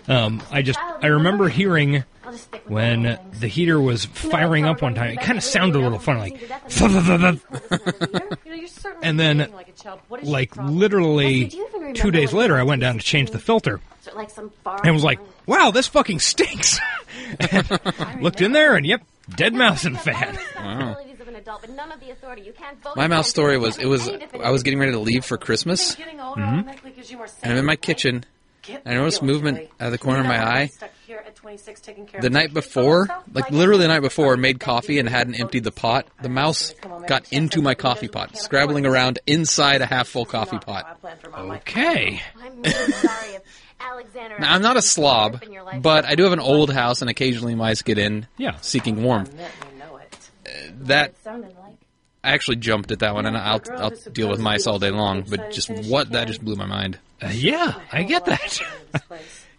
Speaker 2: Um, I just I remember hearing
Speaker 4: I'll just stick with
Speaker 2: when the heater was firing up one time. It kind of sounded a little funny, like [laughs] thud-thud-thud-thud. and then like literally two days later, I went down to change the filter
Speaker 4: So, like some bar.
Speaker 2: and
Speaker 4: [laughs]
Speaker 2: was like, "Wow, this fucking stinks." [laughs] and looked in there, and yep, dead mouse in the fan.
Speaker 4: Wow. Of an adult, but none of the authority. You can't vote
Speaker 3: My mouse
Speaker 4: against
Speaker 3: story
Speaker 4: it. You
Speaker 3: was
Speaker 4: can't
Speaker 3: it was
Speaker 4: make any
Speaker 3: I was getting ready to leave for
Speaker 9: I think
Speaker 3: Christmas,
Speaker 9: Getting older automatically gives you more
Speaker 3: and I'm Mm-hmm. in my kitchen,
Speaker 9: Get
Speaker 3: I noticed
Speaker 9: real,
Speaker 3: movement
Speaker 9: Joey.
Speaker 3: out of the corner of
Speaker 9: You
Speaker 3: my
Speaker 9: know I'm
Speaker 3: eye.
Speaker 9: stuck here at 26 taking care
Speaker 3: The
Speaker 9: of
Speaker 3: night
Speaker 9: people.
Speaker 3: before, like literally the night before, made coffee and hadn't emptied the pot. The mouse got into my coffee pot, scrabbling around inside a half full coffee pot. Okay.
Speaker 4: I'm really sorry if Alexander.
Speaker 3: Now, I'm not a slob, but I do have an old house and occasionally mice get in
Speaker 2: Yeah.
Speaker 3: seeking warmth. Uh, That I actually jumped at that one, and I'll, I'll deal with mice all day long, but just what? That just blew my mind.
Speaker 2: Uh, yeah, I get that.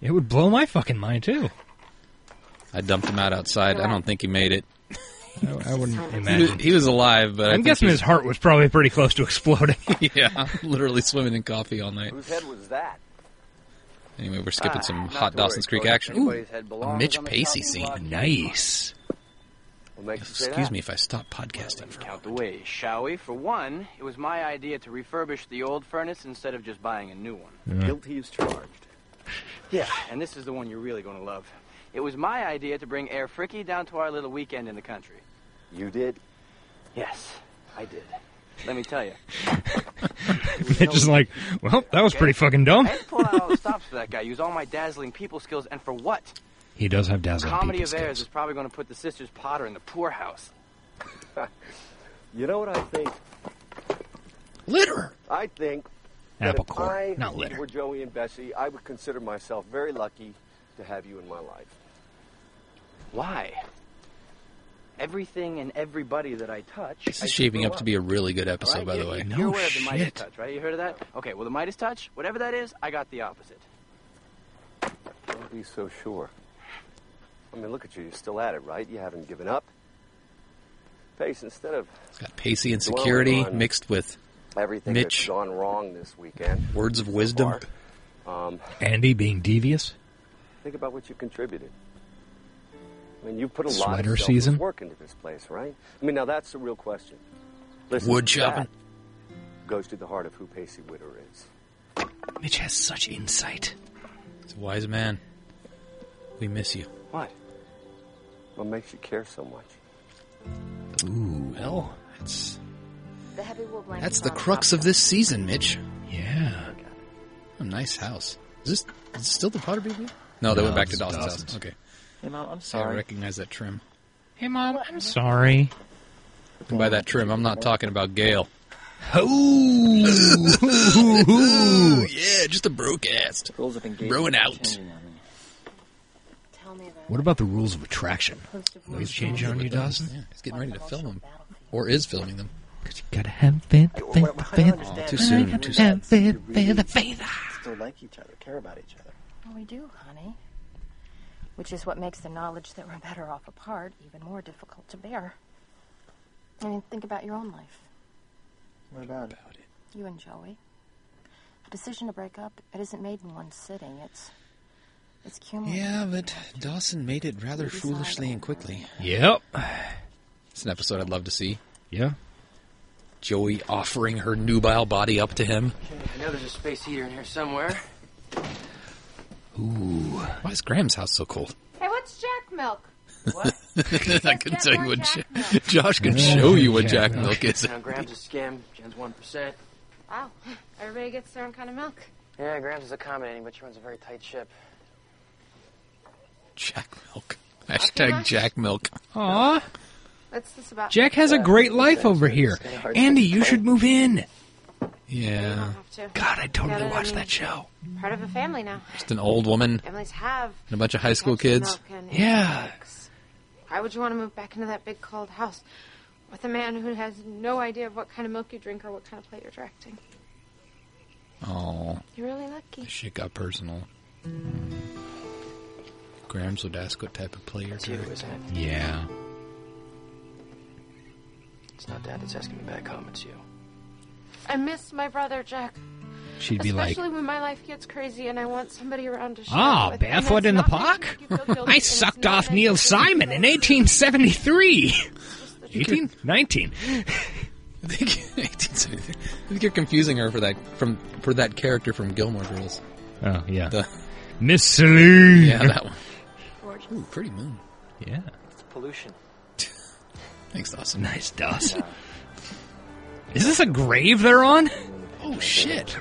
Speaker 2: it would blow my fucking mind too.
Speaker 3: I dumped him out outside. I don't think he made it.
Speaker 2: I, I wouldn't
Speaker 3: He was,
Speaker 2: imagine.
Speaker 3: he was alive, but I
Speaker 2: I'm
Speaker 3: think
Speaker 2: guessing
Speaker 3: he-
Speaker 2: his heart was probably pretty close to exploding. [laughs]
Speaker 3: [laughs] yeah, literally swimming in coffee all night. Whose head was that? Anyway, we're skipping
Speaker 11: Ah,
Speaker 3: some hot Dawson's Creek action. Ooh,
Speaker 1: Anybody's head
Speaker 3: a
Speaker 1: belongs
Speaker 3: Mitch
Speaker 1: on the
Speaker 3: Pacey
Speaker 1: chopping
Speaker 3: scene.
Speaker 1: block.
Speaker 2: Nice.
Speaker 11: [laughs]
Speaker 3: Excuse me if I stop podcasting for a
Speaker 11: Count the ways, shall we? For one, it was my idea to refurbish the old furnace instead of just buying a new one.
Speaker 1: Yeah.
Speaker 11: Guilty as charged. Yeah, and this is the one you're really going to love. It was my idea to bring Air Fricky down to our little weekend in the country.
Speaker 6: You did?
Speaker 11: Yes, I did. Let me tell you.
Speaker 2: Mitch is like, well, that was pretty fucking dumb.
Speaker 11: I had to pull out all the [laughs] stops for that guy, use all my dazzling people skills, and for what?
Speaker 2: He does have dazzling
Speaker 11: Comedy
Speaker 2: people
Speaker 11: of
Speaker 2: skills.
Speaker 11: Airs is probably going to put the sisters Potter in the poorhouse.
Speaker 6: You know what I think?
Speaker 2: Litter.
Speaker 13: I think that
Speaker 2: Apple
Speaker 13: if
Speaker 2: core,
Speaker 13: I
Speaker 2: not litter.
Speaker 13: were Joey and Bessie, I would consider myself very lucky to have you in my life.
Speaker 11: Why? Everything and everybody that I touch.
Speaker 3: This is shaping up to be a really good episode, by the way.
Speaker 11: You're aware of the Midas touch, right? You heard of that? Okay, well, the Midas touch, whatever that is, I got the opposite.
Speaker 13: Don't be so sure. I mean, look at you. You're still at it, right? You haven't given up. Pace, instead of
Speaker 3: Got Pacey and
Speaker 13: dwelling
Speaker 3: security
Speaker 13: on
Speaker 3: mixed with
Speaker 13: everything that's
Speaker 3: Mitch
Speaker 13: gone wrong this weekend,
Speaker 3: words of wisdom.
Speaker 13: um,
Speaker 2: Andy being devious.
Speaker 13: think about what you contributed. I mean, you put a lot
Speaker 2: Sweater
Speaker 13: of selfless
Speaker 2: season?
Speaker 13: work into this place, right? I mean, now that's the real question. Listen,
Speaker 2: Wood
Speaker 13: that
Speaker 2: chopping.
Speaker 13: goes to the heart of who Pacey Witter is.
Speaker 2: Mitch has such insight.
Speaker 3: He's a wise man. We miss you.
Speaker 13: What? What makes you care so much?
Speaker 3: Ooh, well, that's
Speaker 4: The heavy wool blanket.
Speaker 3: that's the crux of this season, Mitch.
Speaker 2: Yeah.
Speaker 3: A nice house. Is this, is this still the Potter People? No, they
Speaker 2: No,
Speaker 3: went back to
Speaker 2: this is
Speaker 3: Dawson's,
Speaker 2: Dawson's.
Speaker 3: house. Okay.
Speaker 12: Hey, Mom, I'm
Speaker 3: I
Speaker 12: sorry.
Speaker 3: recognize that trim.
Speaker 2: Hey, mom, I'm sorry.
Speaker 3: And by that trim, I'm not talking about Gail.
Speaker 2: Oh,
Speaker 3: yeah, just a broadcast.
Speaker 12: Rules of engagement.
Speaker 3: Broing
Speaker 12: are
Speaker 3: out.
Speaker 12: changing on me.
Speaker 2: What about the rules of attraction? Those change on you, Dawson?
Speaker 3: Yeah, he's getting ready to film them, or is filming them.
Speaker 2: Gotta have faith, faith, faith.
Speaker 3: understand. Too soon,
Speaker 2: I gotta
Speaker 3: too soon.
Speaker 2: have faith,
Speaker 12: Really
Speaker 2: faith, faith.
Speaker 12: Still like each other, care about each other.
Speaker 10: Well, we do, honey. Which is what makes the knowledge that we're better off apart even more difficult to bear. I mean, think about your own life.
Speaker 12: What about it?
Speaker 10: You and Joey. A decision to break up, it isn't made in one sitting. It's it's cumulative.
Speaker 3: Yeah, but Dawson made it rather foolishly and quickly.
Speaker 2: Yep.
Speaker 3: It's an episode I'd love to see.
Speaker 2: Yeah.
Speaker 3: Joey offering her nubile body up to him.
Speaker 11: I know there's a space heater in here somewhere.
Speaker 3: Ooh. Why is Graham's house so cold? [laughs]
Speaker 14: Hey, what's Jack Milk?
Speaker 3: I couldn't tell you what [laughs]
Speaker 14: Jack
Speaker 3: Ja- Josh could show you what Jack Milk is.
Speaker 11: Now, Grams is scam. Jen's 1%.
Speaker 14: Wow, everybody gets their own kind of milk.
Speaker 8: Yeah, Grams is accommodating, but she runs a very tight ship.
Speaker 3: Jack Milk. Hashtag Jack Milk.
Speaker 2: Aw.
Speaker 14: What's this about?
Speaker 2: Jack has a great life over here. Andy, you should move in.
Speaker 3: Yeah.
Speaker 2: God, I totally
Speaker 14: Gotta, I
Speaker 2: watched
Speaker 14: mean,
Speaker 2: that show.
Speaker 14: Part of a family now.
Speaker 3: Just an old woman
Speaker 14: Families have.
Speaker 3: and a bunch of high school
Speaker 14: cats and
Speaker 3: kids.
Speaker 14: milk and-
Speaker 2: Yeah.
Speaker 14: Why would you want to move back into that big cold house with a man who has no idea of what kind of milk you drink or what kind of plate you're directing?
Speaker 3: Oh,
Speaker 14: You're really lucky.
Speaker 3: this shit got personal. Grams would ask what type of player
Speaker 8: It's you, isn't it?
Speaker 2: Yeah.
Speaker 8: It's not Dad that's asking me back home, it's you.
Speaker 14: I miss my brother Jack.
Speaker 2: She'd be like,
Speaker 14: Especially when my life gets crazy and I want somebody around to share it
Speaker 2: ah,
Speaker 14: with. And
Speaker 2: barefoot
Speaker 14: it's
Speaker 2: in the
Speaker 14: not meant to
Speaker 2: park?
Speaker 14: make you
Speaker 2: [laughs]
Speaker 14: feel guilty,
Speaker 2: I
Speaker 14: and it's
Speaker 2: sucked
Speaker 14: not
Speaker 2: off
Speaker 14: meant to
Speaker 2: Neil
Speaker 14: make you
Speaker 2: Simon in 1873. 18? 19.
Speaker 3: [laughs] I think, 1873. I think you're confusing her for that from for that character from Gilmore Girls.
Speaker 2: Oh, yeah.
Speaker 3: The- [laughs]
Speaker 2: Miss Saloon.
Speaker 3: yeah, that one. Ooh, pretty moon.
Speaker 2: Yeah.
Speaker 12: It's pollution.
Speaker 3: Thanks, Dawson.
Speaker 2: Nice dust.
Speaker 3: [laughs]
Speaker 2: Is this a grave they're on?
Speaker 3: Oh shit!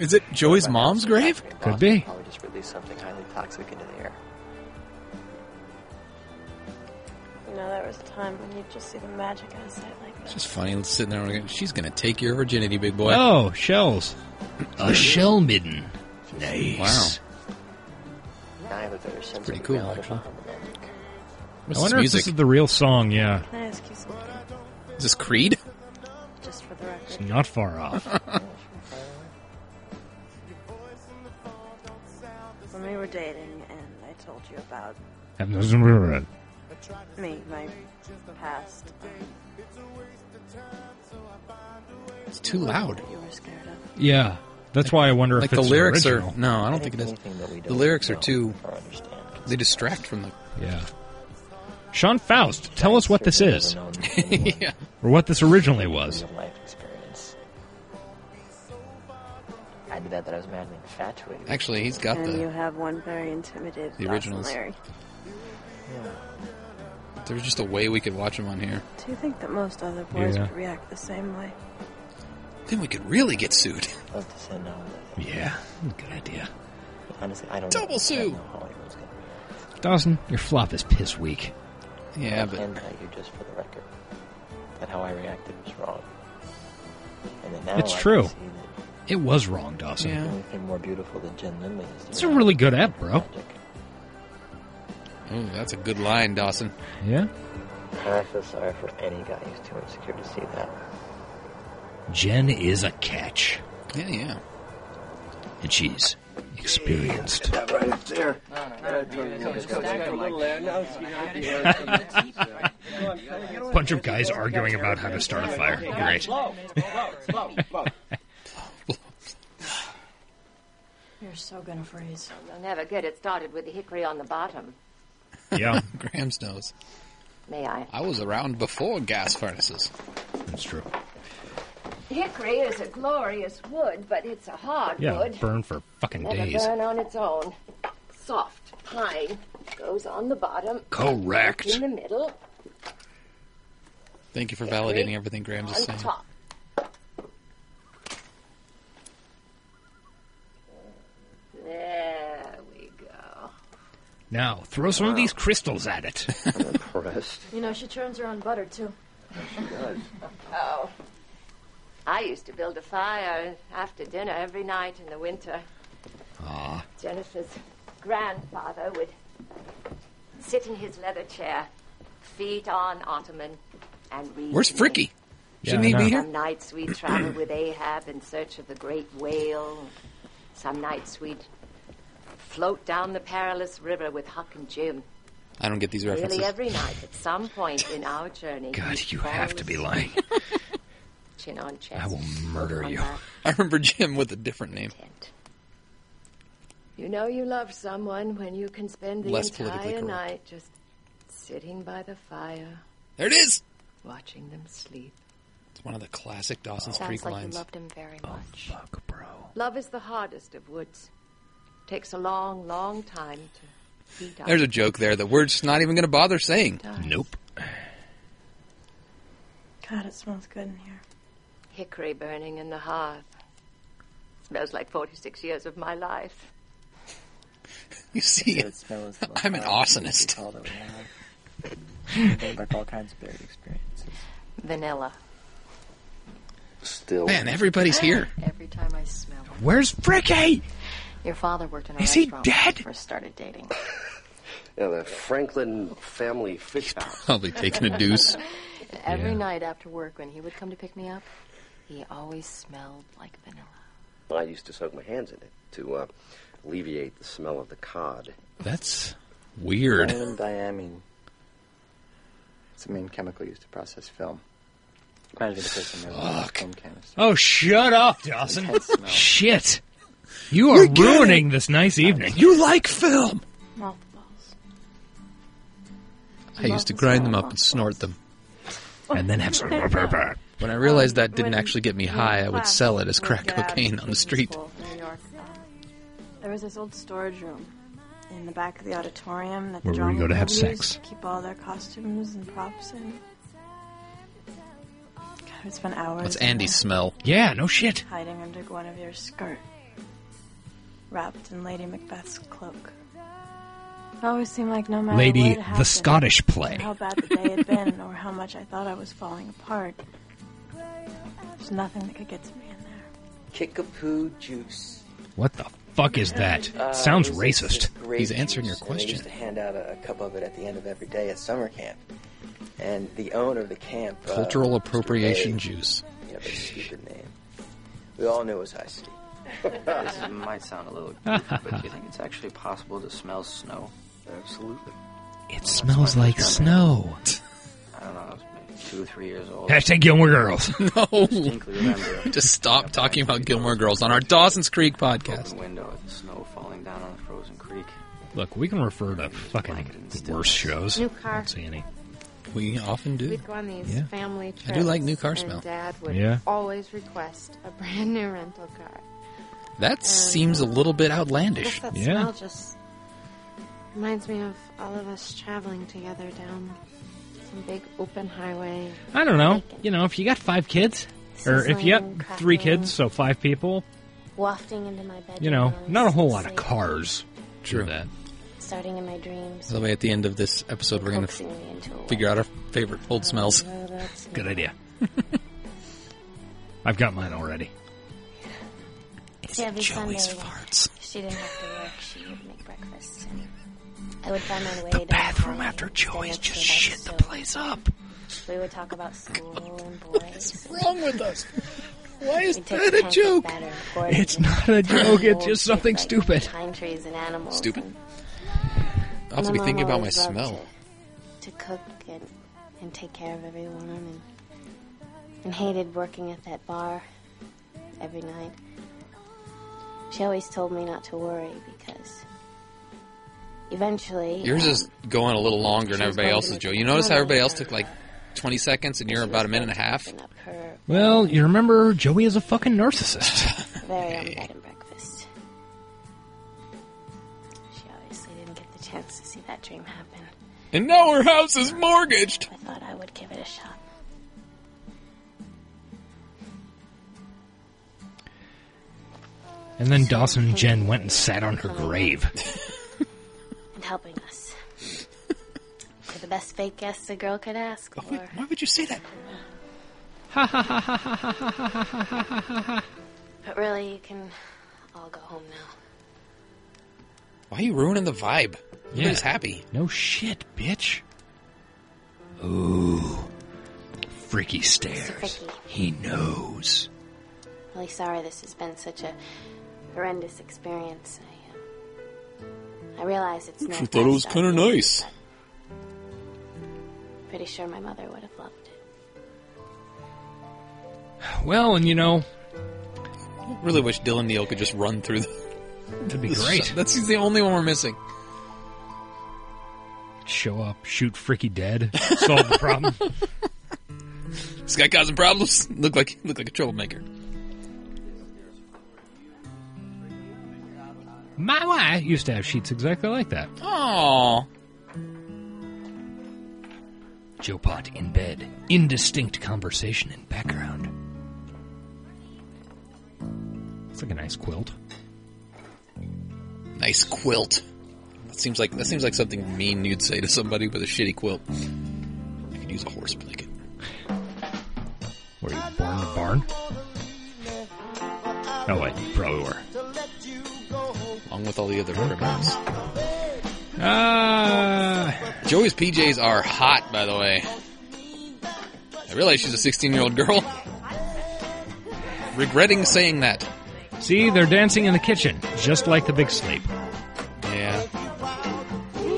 Speaker 3: Is it Joey's mom's grave?
Speaker 2: Could be.
Speaker 12: Probably
Speaker 6: just release something highly toxic into the air.
Speaker 9: You know, there was a time when you'd just see the magic in a sight like
Speaker 3: It's just funny sitting there. and going, She's going to take your virginity, big boy.
Speaker 2: Oh, shells. A shell midden. Nice.
Speaker 3: Wow.
Speaker 6: Neither their sense
Speaker 3: Pretty
Speaker 6: of
Speaker 3: cool,
Speaker 6: reality
Speaker 3: actually.
Speaker 6: from the magic.
Speaker 3: What's
Speaker 2: I
Speaker 3: this
Speaker 2: wonder if
Speaker 3: music?
Speaker 2: this is the real song. Yeah,
Speaker 9: Can I ask you something?
Speaker 3: Is this Creed?
Speaker 9: Just for the record.
Speaker 2: it's not far off. [laughs]
Speaker 9: When we were dating and I told you about
Speaker 2: Have those in real red.
Speaker 9: me, my past.
Speaker 3: It's too loud.
Speaker 2: Yeah, that's why I wonder if
Speaker 3: Like the
Speaker 2: it's
Speaker 3: lyrics
Speaker 2: original.
Speaker 3: are no, I don't think it is. The lyrics are too. They distract from the.
Speaker 2: Yeah. Sean Faust, tell us what this is,
Speaker 3: [laughs] yeah.
Speaker 2: or what this originally was.
Speaker 6: Real life experience. Add to that that I was madly infatuated.
Speaker 3: Actually, he's got
Speaker 9: and
Speaker 3: the.
Speaker 9: you have one very intimidated
Speaker 3: the originals.
Speaker 9: Larry.
Speaker 3: There's just a way we could watch him on here.
Speaker 9: Do you think that most other boys
Speaker 3: Yeah.
Speaker 9: would react the same way?
Speaker 3: Then we could really get sued. [laughs]
Speaker 6: Let's just say no.
Speaker 2: Yeah, good idea.
Speaker 6: Honestly, I don't.
Speaker 3: Double sue.
Speaker 2: Dawson, your flop is piss weak.
Speaker 3: Yeah,
Speaker 6: I can tell you uh, just for the record that how I reacted was wrong. And that now
Speaker 2: It's
Speaker 6: I can
Speaker 2: true.
Speaker 6: see that
Speaker 2: It was wrong, Dawson.
Speaker 6: The only thing more beautiful than Jen Lindley is the
Speaker 2: It's a really good app, bro.
Speaker 3: Ooh, that's a good line, Dawson.
Speaker 2: Yeah.
Speaker 6: And I feel sorry for any guy who's too insecure to see that.
Speaker 2: Jen is a catch,
Speaker 3: Yeah, yeah.
Speaker 2: and she's experienced.
Speaker 6: Right up there.
Speaker 2: [laughs] Bunch of guys arguing about how to start a fire. Great.
Speaker 15: You're so gonna freeze.
Speaker 16: You'll never get it started with the hickory on the bottom.
Speaker 2: Yeah.
Speaker 3: Graham's knows.
Speaker 16: May I?
Speaker 3: I was around before gas furnaces.
Speaker 2: That's true.
Speaker 16: Hickory is a glorious wood, but it's a hard
Speaker 2: Yeah,
Speaker 16: wood.
Speaker 2: burn for fucking
Speaker 16: Never
Speaker 2: days.
Speaker 16: burn on its own. Soft pine goes on the bottom.
Speaker 2: Correct.
Speaker 16: In the middle,
Speaker 3: Thank you for validating everything Graham's
Speaker 16: on
Speaker 3: is saying.
Speaker 16: top. There we go.
Speaker 2: Now, throw some of these crystals
Speaker 6: [laughs]
Speaker 2: at it.
Speaker 15: You know, she turns her own butter too.
Speaker 16: Oh. I used to build a fire after dinner every night in the winter.
Speaker 3: Ah.
Speaker 2: Aw.
Speaker 16: Jennifer's grandfather would sit in his leather chair, feet on ottoman, and read.
Speaker 3: Where's
Speaker 16: to me.
Speaker 3: Fricky? Shouldn't he be here?
Speaker 16: Some nights we'd travel with Ahab in search of the great whale. Some nights we'd float down the perilous river with Huck and Jim.
Speaker 3: I don't get these references.
Speaker 16: Really, every night at some point in our journey.
Speaker 3: God,
Speaker 16: he'd
Speaker 3: you
Speaker 16: fall
Speaker 3: have to be
Speaker 16: asleep,
Speaker 3: lying.
Speaker 16: Chin on chest.
Speaker 3: I will murder
Speaker 16: on
Speaker 3: you.
Speaker 16: back.
Speaker 3: [laughs] I remember Jim with a different name.
Speaker 16: You know you love someone when you can spend the
Speaker 3: Less politically
Speaker 16: entire
Speaker 3: correct.
Speaker 16: night just sitting by the fire,
Speaker 3: There it is.
Speaker 16: watching them sleep.
Speaker 3: It's one of the classic Dawson's
Speaker 16: Sounds
Speaker 3: Creek
Speaker 16: like you
Speaker 3: lines.
Speaker 16: loved him very
Speaker 3: oh,
Speaker 16: much.
Speaker 3: fuck, bro.
Speaker 16: Love is the hardest of woods. Takes a long, long time to heat up.
Speaker 3: There's a joke there that we're just not even going to bother saying. Nope.
Speaker 16: God, it smells good in here. Hickory burning in the hearth. Smells like 46 years of my life.
Speaker 3: You see, [laughs] I'm an arsonist.
Speaker 6: like all kinds of buried experiences.
Speaker 15: Vanilla.
Speaker 6: Still.
Speaker 3: Man, everybody's here.
Speaker 15: Every time I smell it.
Speaker 2: Where's Fricky?
Speaker 15: Your father worked in a
Speaker 2: Is he
Speaker 15: restaurant when
Speaker 2: dead?
Speaker 15: we first started dating.
Speaker 13: Yeah, the Franklin family fish house.
Speaker 3: Probably taking a deuce.
Speaker 15: And every
Speaker 13: Yeah.
Speaker 15: night after work, when he would come to pick me up, he always smelled like vanilla.
Speaker 13: I used to soak my hands in it to uh, alleviate the smell of the cod.
Speaker 3: That's weird.
Speaker 6: Diamond diamine. It's the main chemical used to process film. Reminds me of the first time I opened a
Speaker 2: Fuck.
Speaker 6: film canister.
Speaker 2: Oh, shut up, Dawson. Shit. You are ruining this nice evening. You like film.
Speaker 3: I used to grind them up and snort them.
Speaker 2: And
Speaker 15: [laughs]
Speaker 2: then have some. When
Speaker 3: I realized that didn't actually get me high, I would sell it as crack
Speaker 15: get out of
Speaker 3: cocaine on the street.
Speaker 15: New York. There was this old storage room in the back of the auditorium that
Speaker 2: Where
Speaker 15: the
Speaker 2: we
Speaker 15: drama
Speaker 2: go to have
Speaker 15: club used
Speaker 2: sex.
Speaker 15: to Keep all their costumes and props in. God, it's been hours.
Speaker 3: What's Andy's smell?
Speaker 2: Yeah, no shit.
Speaker 15: Hiding under Guinevere's skirt. wrapped in Lady Macbeth's cloak. It always seemed like no matter
Speaker 2: Lady
Speaker 15: what
Speaker 2: the
Speaker 15: happened,
Speaker 2: Scottish play.
Speaker 15: or how bad the day had been, or how much I thought I was falling apart, there's nothing that could get to me.
Speaker 17: Kickapoo juice.
Speaker 2: What the fuck is that?
Speaker 17: Uh,
Speaker 2: Sounds
Speaker 17: it was this- this
Speaker 2: racist.
Speaker 17: grape juice, And they used to hand out a, a cup of it at the end of every day at summer camp. And the owner of the camp. uh,
Speaker 3: Cultural
Speaker 17: Mr.
Speaker 3: appropriation
Speaker 17: Wade,
Speaker 3: juice.
Speaker 17: You know, that stupid name. We all knew it was high C.
Speaker 11: this [laughs] might sound a little goofy, but do you think it's actually possible to smell snow? Absolutely.
Speaker 2: It smells
Speaker 17: [laughs]
Speaker 2: like snow.
Speaker 11: I don't know, I was maybe two or three years old.
Speaker 2: Hashtag Gilmore Girls.
Speaker 3: [laughs]
Speaker 2: [laughs]
Speaker 3: No.
Speaker 11: Distinctly remember
Speaker 3: [laughs] Just stop talking about Gilmore Girls on our Dawson's Creek podcast.
Speaker 11: the window of the snow falling down on the frozen creek.
Speaker 2: Look, we can refer to fucking worse shows.
Speaker 14: New car.
Speaker 2: Don't see any.
Speaker 3: We often do.
Speaker 14: We'd go on these
Speaker 3: Yeah.
Speaker 14: family trips.
Speaker 3: I do like new car
Speaker 14: and
Speaker 3: smell.
Speaker 14: Dad would
Speaker 3: Yeah.
Speaker 14: always request
Speaker 4: [laughs]
Speaker 14: a brand new rental car.
Speaker 3: That seems a little bit outlandish.
Speaker 14: Just that smell just reminds me of all of us traveling together down some big open highway.
Speaker 2: I don't know. You know, if you got five kids, or if you
Speaker 14: Sizzling,
Speaker 2: got three
Speaker 14: crackling.
Speaker 2: kids, so five people,
Speaker 4: Wafting into my bedroom.
Speaker 2: you know,
Speaker 4: while I'm
Speaker 2: not a whole lot of
Speaker 4: asleep,
Speaker 2: cars.
Speaker 3: True that.
Speaker 4: Starting in my dreams.
Speaker 3: By the way, at the end of this episode, we're going to figure out our favorite old smells.
Speaker 2: Good idea. [laughs] I've got mine already.
Speaker 4: See, every
Speaker 2: Joey's
Speaker 4: Sunday,
Speaker 2: farts.
Speaker 4: She didn't have to work. She would make breakfast. And I would find my way to
Speaker 2: The bathroom after Joey's just shit the place up.
Speaker 4: We would talk about school and boys.
Speaker 3: What's wrong with us? Why
Speaker 4: is
Speaker 2: that a joke? It's
Speaker 4: [laughs]
Speaker 2: not a joke, it's just something stupid.
Speaker 4: Pine trees and animals.
Speaker 3: Stupid.
Speaker 4: and-
Speaker 3: I'll have
Speaker 4: My
Speaker 3: to be
Speaker 4: mom
Speaker 3: thinking about my
Speaker 4: always loved
Speaker 3: smell.
Speaker 4: To, to cook and, and take care of everyone and, and hated working at that bar every night. She always told me not to worry because eventually.
Speaker 3: Yours
Speaker 4: um,
Speaker 3: is going a little longer than
Speaker 4: She was
Speaker 3: everybody
Speaker 4: going
Speaker 3: else's,
Speaker 4: to
Speaker 3: Joe.
Speaker 4: make
Speaker 3: You notice how
Speaker 4: fun of
Speaker 3: everybody else took like 20 seconds and you're about a minute and a half?
Speaker 4: her
Speaker 2: Well, you remember Joey is a fucking narcissist.
Speaker 4: very own bed and breakfast. She obviously didn't get the chance to see that dream happen.
Speaker 3: And now her house is mortgaged!
Speaker 4: I thought I would give it a shot.
Speaker 2: And then Dawson and Jen went and sat on her grave.
Speaker 4: and helping us. You're the best fake guest a girl could ask for.
Speaker 3: Why would you say that?
Speaker 4: But really, you can all go home now.
Speaker 3: Why are you ruining the vibe? Everybody's happy.
Speaker 2: No shit, bitch. Ooh. [laughs] Freaky stares.
Speaker 4: Vicky.
Speaker 2: He knows.
Speaker 4: Really sorry this has been such a horrendous experience. I, um, I realize it's not. best
Speaker 3: kind of nice.
Speaker 4: I'm Pretty sure my mother would have loved it.
Speaker 2: Well, and you know,
Speaker 3: Really wish Dylan Neal could just run through. The,
Speaker 2: that'd [laughs] be great.
Speaker 3: [laughs] That's he's the only one we're missing.
Speaker 2: Show up, shoot Freaky dead, solve the [laughs] problem.
Speaker 3: This guy causing problems. [laughs] Look like look like a troublemaker.
Speaker 2: My wife used to have sheets exactly like that.
Speaker 3: Oh,
Speaker 2: Joe Pot in bed, indistinct conversation in background. It's like a nice quilt.
Speaker 3: nice quilt. That seems like that seems like something mean you'd say to somebody with a shitty quilt. I could use a horse blanket.
Speaker 2: Were you born in a barn? Oh, wait, you probably were.
Speaker 3: along with all the other criminals.
Speaker 2: Ah,
Speaker 3: Joey's PJs are hot, by the way. I realize she's a 16 year old girl. Regretting saying that.
Speaker 2: See, they're dancing in the kitchen, just like the big sleep.
Speaker 3: Yeah.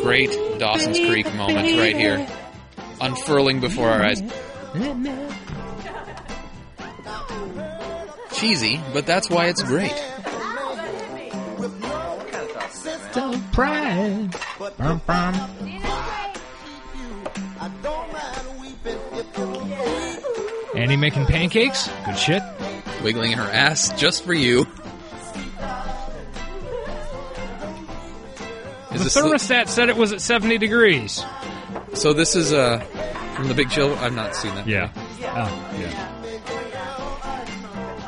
Speaker 3: Great Dawson's Creek moment right here. Unfurling before our eyes. Cheesy, but that's why it's great.
Speaker 2: Surprise! Bum, bum. Annie making pancakes? Good shit.
Speaker 3: Wiggling her ass just for you.
Speaker 2: the
Speaker 3: this
Speaker 2: thermostat said it was at 70 degrees.
Speaker 3: So this is uh from the Big Chill. I've not seen that.
Speaker 2: Yeah. Oh, yeah.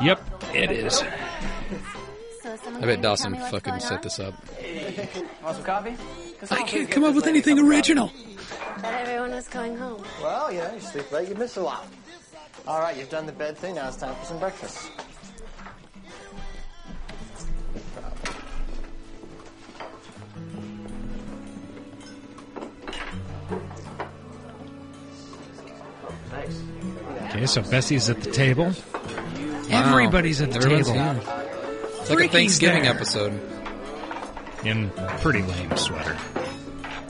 Speaker 2: Yep, it is.
Speaker 4: So some
Speaker 3: I bet Dawson fucking set this up.
Speaker 11: Want some coffee?
Speaker 3: I can't come up with anything original.
Speaker 4: But everyone is going home.
Speaker 17: Well, you know, you sleep late, you miss a lot. All right, you've done the bed thing. Now it's time for some breakfast.
Speaker 2: Okay, so Bessie's at the table.
Speaker 3: Wow.
Speaker 2: Everybody's at the
Speaker 3: Everyone's
Speaker 2: table.
Speaker 3: here. It's like a
Speaker 2: Freaky's
Speaker 3: Thanksgiving
Speaker 2: there.
Speaker 3: episode.
Speaker 2: In pretty lame sweater.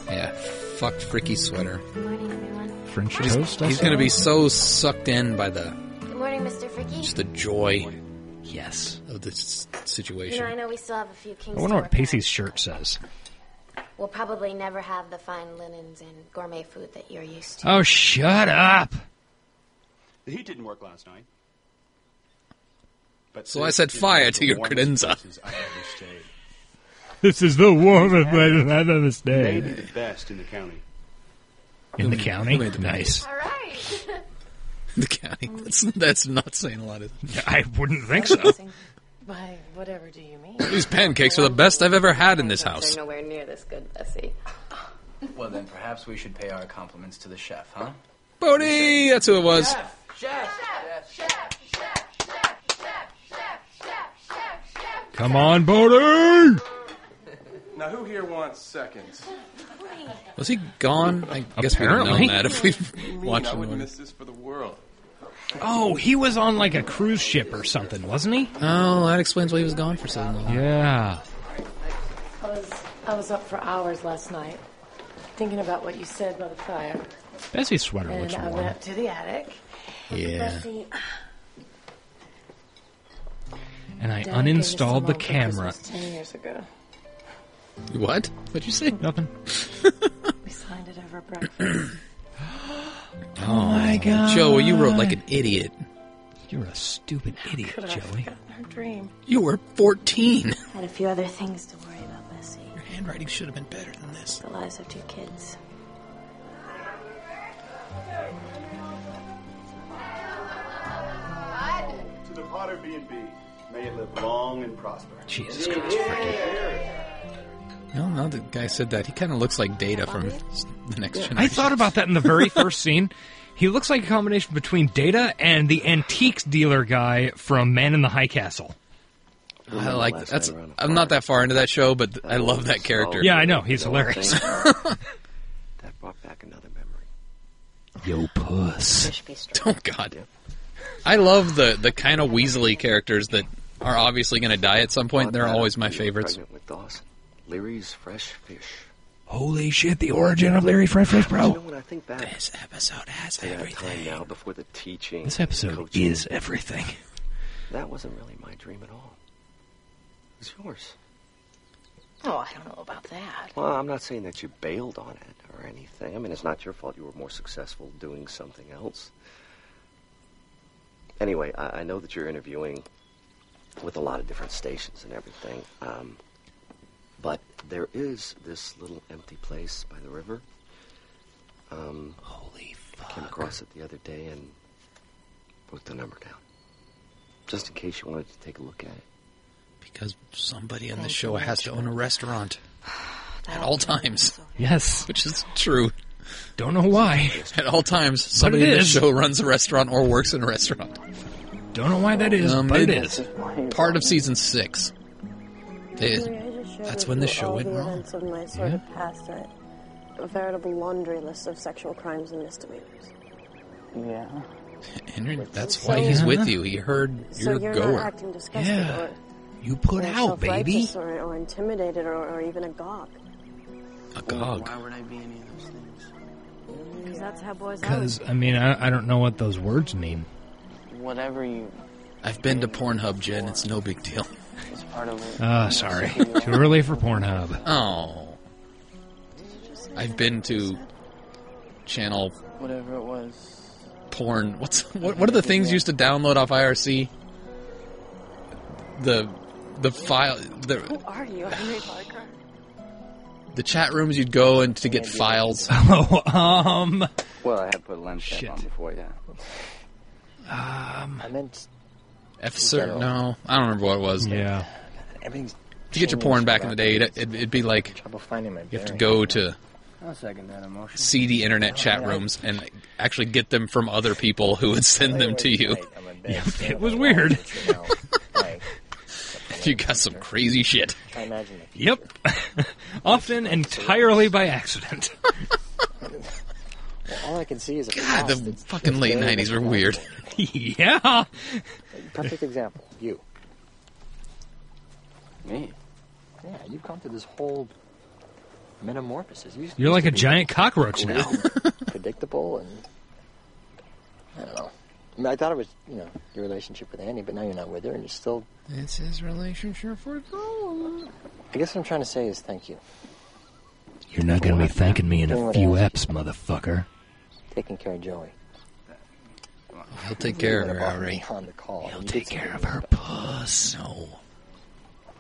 Speaker 3: Yeah, fuck Fricky sweater.
Speaker 2: French
Speaker 3: He's,
Speaker 2: toast.
Speaker 3: he's
Speaker 2: also?
Speaker 3: gonna be so sucked in by the
Speaker 4: Good morning, Mr. Fricky.
Speaker 3: just the joy, yes, of this
Speaker 4: You know, I
Speaker 3: situation.
Speaker 4: know we still have a few kinks.
Speaker 2: I wonder
Speaker 4: to
Speaker 2: what
Speaker 4: work out.
Speaker 2: Pacey's shirt says.
Speaker 4: We'll probably never have the fine linens and gourmet food that you're used to.
Speaker 2: Oh, shut up!
Speaker 18: The heat didn't work last night. But
Speaker 3: So
Speaker 18: this
Speaker 3: I set
Speaker 18: is
Speaker 3: fire
Speaker 18: one of
Speaker 3: to
Speaker 18: the
Speaker 3: your
Speaker 18: warmest
Speaker 3: credenza.
Speaker 18: places I've ever stayed.
Speaker 2: This is the warmest place I've ever
Speaker 18: Maybe the best in the county.
Speaker 2: In the county? Nice.
Speaker 4: All right.
Speaker 3: [laughs] The county. That's that's not saying a lot. Of,
Speaker 2: I wouldn't think so.
Speaker 10: By whatever do you mean?
Speaker 3: These pancakes are the best I've ever had in this
Speaker 4: They're
Speaker 3: house.
Speaker 4: nowhere near this good, Bessie.
Speaker 11: Well, then perhaps we should pay our compliments to the chef, huh?
Speaker 3: Bodie, that's who it was.
Speaker 2: [laughs] Come on, Bodie!
Speaker 19: Now, who here wants seconds?
Speaker 3: Was he gone? I guess we would have known
Speaker 2: Apparently.
Speaker 3: that if
Speaker 19: You
Speaker 3: we [laughs]
Speaker 19: mean
Speaker 3: watched
Speaker 19: I
Speaker 3: him.
Speaker 19: would
Speaker 3: doing it.
Speaker 19: miss this for the world.
Speaker 2: Oh, he was on like a cruise ship or something, wasn't he?
Speaker 3: Oh, that explains why he was gone for so long.
Speaker 2: Yeah.
Speaker 20: I was, I was up for hours last night thinking about what you said by the fire.
Speaker 2: Bessie's sweater
Speaker 20: and
Speaker 2: looks
Speaker 20: I
Speaker 2: warm.
Speaker 20: went up to the attic.
Speaker 2: Yeah.
Speaker 20: Bessie,
Speaker 2: And I
Speaker 20: Dad gave us
Speaker 2: uninstalled
Speaker 20: some
Speaker 2: the
Speaker 20: over
Speaker 2: camera.
Speaker 20: Christmas Ten years ago,
Speaker 3: What? What'd you say?
Speaker 2: Nothing.
Speaker 20: we signed it [clears throat] over breakfast.
Speaker 3: Oh
Speaker 20: my
Speaker 2: Uh,
Speaker 20: God.
Speaker 3: Joey, you wrote like an idiot.
Speaker 2: You're a stupid idiot,
Speaker 20: Could I have forgotten her dream?
Speaker 3: You were [laughs] 14.
Speaker 20: Had a few other things to worry about, Bessie. Your
Speaker 3: handwriting should have been better than this.
Speaker 20: The lives of two kids.
Speaker 18: To the Potter B&B, may it live long and prosper.
Speaker 3: Jesus Christ, No, now the guy said that. He kind of looks like Data from s- the next generation.
Speaker 2: I thought about that in the very first [laughs] scene. He looks like a combination between Data and the antiques dealer guy from Man in the High Castle.
Speaker 3: I like that's. I'm not that far into that show, but th- I love that character.
Speaker 2: Yeah, I know. He's hilarious.
Speaker 13: That brought back another memory.
Speaker 2: Yo, puss.
Speaker 3: [laughs] Oh God, I love the the kind of Weasley characters that are obviously going to die at some point. They're always my favorites.
Speaker 13: Pregnant with Dawson. Leary's fresh fish.
Speaker 2: Holy shit, the origin of Larry Fry Fresh
Speaker 3: Oh.
Speaker 13: You know
Speaker 2: Bro.
Speaker 13: what I think back. This
Speaker 3: episode has
Speaker 13: everything. Time now before the teaching.
Speaker 2: This episode
Speaker 13: coaching.
Speaker 2: is everything.
Speaker 13: That wasn't really my dream at all. It's yours.
Speaker 20: Oh, I don't know about that.
Speaker 13: Well, I'm not saying that you bailed on it or anything. I mean, it's not your fault you were more successful doing something else. Anyway, I, I know that you're interviewing with a lot of different stations and everything. Um, but there is this little empty place by the river. Um,
Speaker 2: Holy fuck.
Speaker 13: I came across it the other day and wrote the number down. Just in case you wanted to take a look at it.
Speaker 3: Because somebody on the show has to own
Speaker 2: [sighs]
Speaker 3: a restaurant at all times.
Speaker 2: Yes,
Speaker 3: [laughs] which is true.
Speaker 2: Don't know why.
Speaker 3: At all times, somebody
Speaker 2: it
Speaker 3: in the
Speaker 2: is.
Speaker 3: show runs a restaurant or works in a restaurant.
Speaker 2: Don't know why that is,
Speaker 3: Um,
Speaker 2: but it
Speaker 3: it-
Speaker 2: is.
Speaker 3: Part of season six. They- that's when the show went
Speaker 20: all the
Speaker 3: wrong.
Speaker 20: events of my sort of past night. A veritable laundry list of sexual crimes and misdemeanors.
Speaker 3: Yeah. Henry, that's why he's with you. He heard
Speaker 20: So
Speaker 3: you're
Speaker 20: you're
Speaker 3: a
Speaker 20: not
Speaker 3: goer.
Speaker 20: acting disgusted
Speaker 3: Yeah.
Speaker 20: or
Speaker 3: You put
Speaker 20: or
Speaker 3: out, baby.
Speaker 20: self-righteous Or, or intimidated or, or even agog.
Speaker 3: A gog.
Speaker 17: Why would I be any of those things?
Speaker 20: Because that's how boys
Speaker 2: Because, I mean, I, I don't know what those words mean.
Speaker 17: Whatever you.
Speaker 3: I've been to Pornhub, Jen. It's no big [laughs] deal.
Speaker 17: It's part of it.
Speaker 2: Ah, sorry. Too early for Pornhub. [laughs]
Speaker 3: Oh. I've been to channel
Speaker 17: Whatever it was.
Speaker 3: porn. What's [laughs] what? What are the things you used to download off IRC? The the file the
Speaker 20: Who are you, Henry Parker?
Speaker 3: the chat rooms you'd go and to get files.
Speaker 2: Oh, um.
Speaker 12: Well, I had put a lens
Speaker 3: Shit.
Speaker 12: cap on before, yeah.
Speaker 17: I meant
Speaker 3: F cert. No, I don't remember what it was.
Speaker 2: Yeah.
Speaker 6: Everything's.
Speaker 3: To get your porn back in the day, it'd, it'd- it'd be like you have to go to
Speaker 6: I'll second that emotion.
Speaker 3: seedy internet chat rooms and actually get them from other people who would send them to you. [laughs]
Speaker 2: It was weird.
Speaker 3: You got some crazy shit.
Speaker 6: I imagine the
Speaker 2: Yep. [laughs] Often entirely by accident. [laughs]
Speaker 6: Well, all I can see is a
Speaker 3: God, the fucking late '90s were weird.
Speaker 2: yeah.
Speaker 6: perfect example. You.
Speaker 11: Me?
Speaker 6: Yeah, you've gone through this whole metamorphosis. You used
Speaker 2: You're
Speaker 6: to
Speaker 2: like a
Speaker 6: be
Speaker 2: giant cockroach
Speaker 6: cool
Speaker 2: now.
Speaker 6: and [laughs] predictable, and I don't know. I, mean, I thought it was, you know, your relationship with Annie, but now you're not with her, and you're still.
Speaker 3: It's his relationship for gold.
Speaker 6: I guess what I'm trying to say is thank you.
Speaker 2: You're not going to be thanking me in a few eps, motherfucker.
Speaker 6: Taking care of Joey.
Speaker 3: He'll take care of her, Ari.
Speaker 6: On the call. He'll
Speaker 2: take care of her puss.
Speaker 3: No.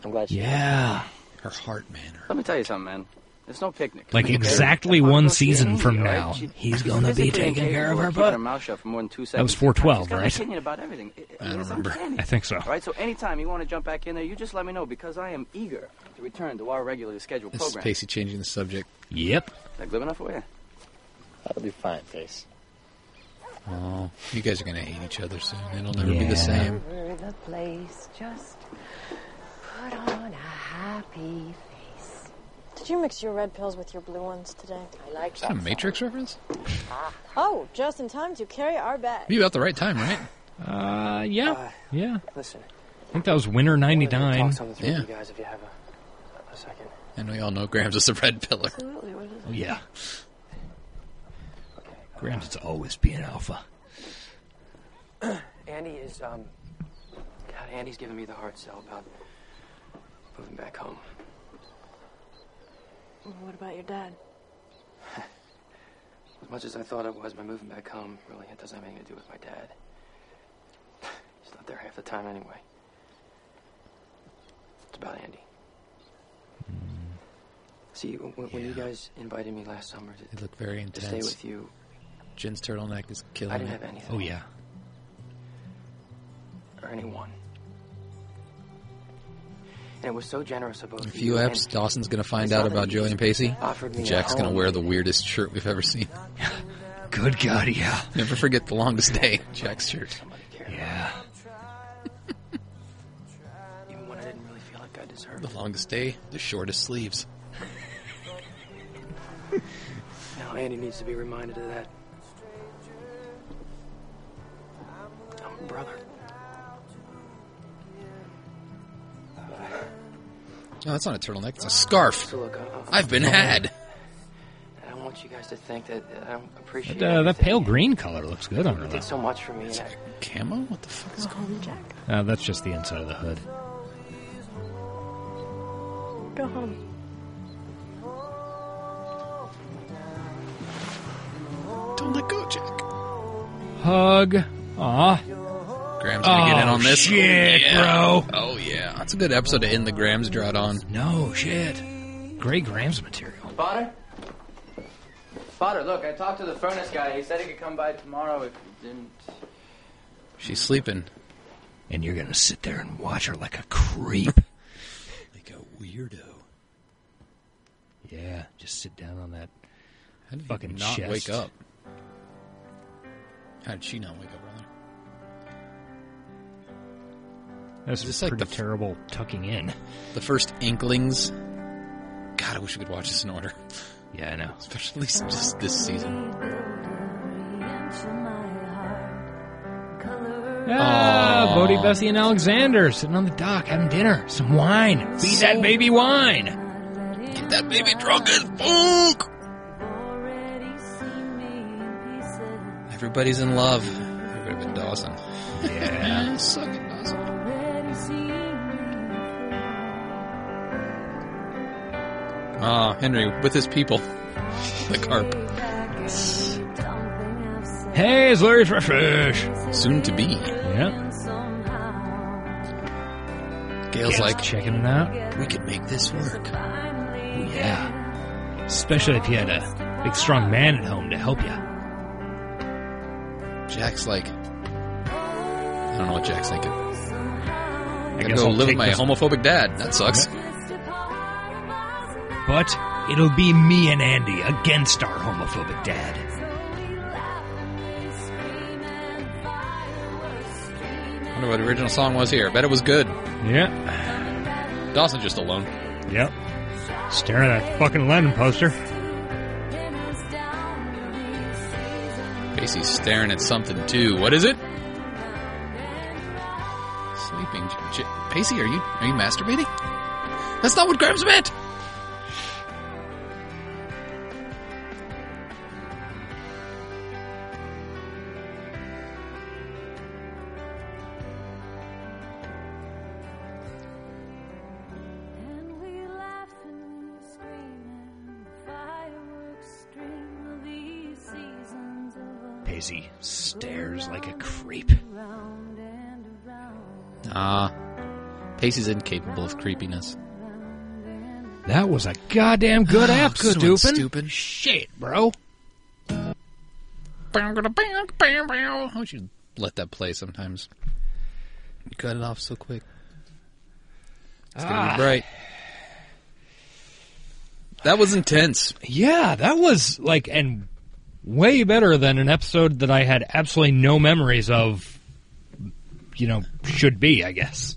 Speaker 6: I'm glad you.
Speaker 3: Her heart manner.
Speaker 11: Let me tell you something, man. It's no picnic.
Speaker 2: Like
Speaker 11: Okay?
Speaker 2: exactly
Speaker 11: That
Speaker 2: one
Speaker 11: fuck goes to
Speaker 2: season
Speaker 11: Andy,
Speaker 2: from
Speaker 11: all right?
Speaker 2: now,
Speaker 11: She-
Speaker 2: he's
Speaker 11: she's
Speaker 2: gonna be
Speaker 11: physically
Speaker 2: taking
Speaker 11: incapable
Speaker 2: care of her
Speaker 11: keeping
Speaker 2: butt.
Speaker 11: Her mouth shut for more than two
Speaker 2: That was
Speaker 11: seconds.
Speaker 2: 412,
Speaker 11: She's got an
Speaker 2: right?
Speaker 11: opinion about everything. It- it-
Speaker 2: I don't
Speaker 11: it's
Speaker 2: remember.
Speaker 11: understandable.
Speaker 2: I think so.
Speaker 11: All right, so anytime you want to jump back in there, you just let me know because I am eager to return to our regularly scheduled
Speaker 3: This is
Speaker 11: program.
Speaker 3: Pacey changing the subject.
Speaker 2: Yep.
Speaker 11: Like good enough for you.
Speaker 6: That'll be fine, Face.
Speaker 3: Oh, you guys are gonna hate each other soon. It'll never be
Speaker 2: Yeah.
Speaker 3: the same.
Speaker 16: Over the place, just put on a happy face.
Speaker 9: Did you mix your red pills with your blue ones today?
Speaker 16: I like
Speaker 3: Is that a Matrix reference?
Speaker 9: Oh, just in time to carry our bag.
Speaker 3: Be about the right time, right?
Speaker 2: Uh, yeah. Yeah.
Speaker 6: Listen.
Speaker 2: I think that was winter
Speaker 6: Talk
Speaker 2: 99.
Speaker 6: something through
Speaker 3: Yeah.
Speaker 6: with you guys if you have a, a second.
Speaker 3: And we all know Graham's is a red pillar.
Speaker 6: Absolutely. What is it?
Speaker 2: Oh, Yeah. Graham's to always be an alpha.
Speaker 8: Andy is, um. God, Andy's giving me the hard sell about moving back home.
Speaker 21: What about your dad?
Speaker 8: [laughs] As much as I thought it was, my moving back home really it doesn't have anything to do with my dad. [laughs] He's not there half the time anyway. It's about Andy. See, when, when you guys invited me last summer to,
Speaker 3: They look very
Speaker 8: to stay
Speaker 3: intense.
Speaker 8: with you,
Speaker 3: Jen's turtleneck is killing
Speaker 8: I didn't
Speaker 3: it.
Speaker 8: have anything.
Speaker 2: Oh, yeah.
Speaker 8: or anyone. And it was so generous of both
Speaker 3: In a
Speaker 8: of
Speaker 3: few
Speaker 8: you. and-
Speaker 3: eps, Dawson's gonna find
Speaker 8: I saw
Speaker 3: out
Speaker 8: that
Speaker 3: about
Speaker 8: you
Speaker 3: Joey and Pacey.
Speaker 8: offered me a
Speaker 3: Jack's gonna
Speaker 8: home.
Speaker 3: wear the weirdest shirt we've ever seen.
Speaker 2: Good God, yeah.
Speaker 3: Never forget the longest
Speaker 8: [laughs]
Speaker 3: day. Jack's shirt.
Speaker 2: Yeah.
Speaker 8: Even when I didn't really feel like I deserved
Speaker 3: The
Speaker 8: it.
Speaker 3: longest day, the shortest sleeves.
Speaker 8: Now Andy needs to be reminded of that. I'm a brother.
Speaker 3: No, Oh, that's not a turtleneck. It's a scarf.
Speaker 8: So look, I- I-
Speaker 3: I've been had.
Speaker 8: And I want you guys to think that I appreciate
Speaker 2: That, uh, that
Speaker 8: everything.
Speaker 2: pale green color looks good on her,
Speaker 8: You
Speaker 2: though.
Speaker 8: did so much for me. and I-
Speaker 3: Camo? What the fuck is going on?
Speaker 2: Uh, that's just the inside of the hood.
Speaker 21: Go home.
Speaker 3: Don't let go, Jack.
Speaker 2: Hug. Aw.
Speaker 3: Graham's gonna get in
Speaker 2: Oh,
Speaker 3: on this.
Speaker 2: shit,
Speaker 3: oh, yeah.
Speaker 2: bro.
Speaker 3: Oh yeah, that's a good episode to end the Graham's drought on.
Speaker 2: No, shit. Great Graham's material.
Speaker 11: Potter? Potter, look, I talked to the furnace guy. He said he could come by tomorrow if you didn't.
Speaker 3: She's sleeping
Speaker 2: And you're going to sit there and watch her like a [laughs] creep.
Speaker 3: like a weirdo.
Speaker 2: yeah, just sit down on that.
Speaker 3: How did he
Speaker 2: Fucking
Speaker 3: not
Speaker 2: chest.
Speaker 3: wake up? How did she not wake up? Rather,
Speaker 2: That's
Speaker 3: Is this
Speaker 2: just
Speaker 3: like
Speaker 2: pretty
Speaker 3: the f-
Speaker 2: terrible tucking in.
Speaker 3: the first inklings. God, I wish we could watch this in order, [laughs]
Speaker 2: Yeah, I know.
Speaker 3: especially s- just this season.
Speaker 2: Ah,
Speaker 3: Aw.
Speaker 2: Bodie, Bessie, and Alexander sitting on the dock having dinner. Some wine. Feed that baby wine.
Speaker 3: Get that baby drunk as fuck. Everybody's in love. It would have been Dawson.
Speaker 2: Yeah.
Speaker 3: Suck it, Dawson. Ah, Henry with his people. [laughs] The carp.
Speaker 2: hey, it's Larry Fresh Fish.
Speaker 3: Soon to be.
Speaker 2: Yeah.
Speaker 3: Gail's like,
Speaker 2: checking it out.
Speaker 3: we could make this work.
Speaker 2: Yeah. Especially if you had a big, strong man at home to help you.
Speaker 3: Jack's like, I don't know what Jack's thinking.
Speaker 2: I
Speaker 3: I'm
Speaker 2: guess
Speaker 3: gonna
Speaker 2: I'll
Speaker 3: go live
Speaker 2: take
Speaker 3: with my
Speaker 2: this-
Speaker 3: homophobic dad. That sucks.
Speaker 2: But it'll be me and Andy against our homophobic dad.
Speaker 3: I wonder what the original song was here. Bet it was good.
Speaker 2: Yeah.
Speaker 3: Dawson just alone.
Speaker 2: Yep. Staring at that fucking Lennon poster.
Speaker 3: Basie's staring at something too. What is it? Sleeping. J- J- Pacey, are you are you masturbating? That's not what Grimes meant.
Speaker 2: Pacey stares like a creep.
Speaker 3: Ah, Pacey's incapable of creepiness.
Speaker 2: That was a goddamn good app,
Speaker 3: Ah, So
Speaker 2: Oh, Stupid.
Speaker 3: stupid.
Speaker 2: Shit, bro.
Speaker 3: How would you let that play sometimes? You cut it off so quick. It's gonna
Speaker 2: Ah.
Speaker 3: be bright. That was intense.
Speaker 2: Yeah, that was like and way better than an episode that I had absolutely no memories of. You know, should be, I guess.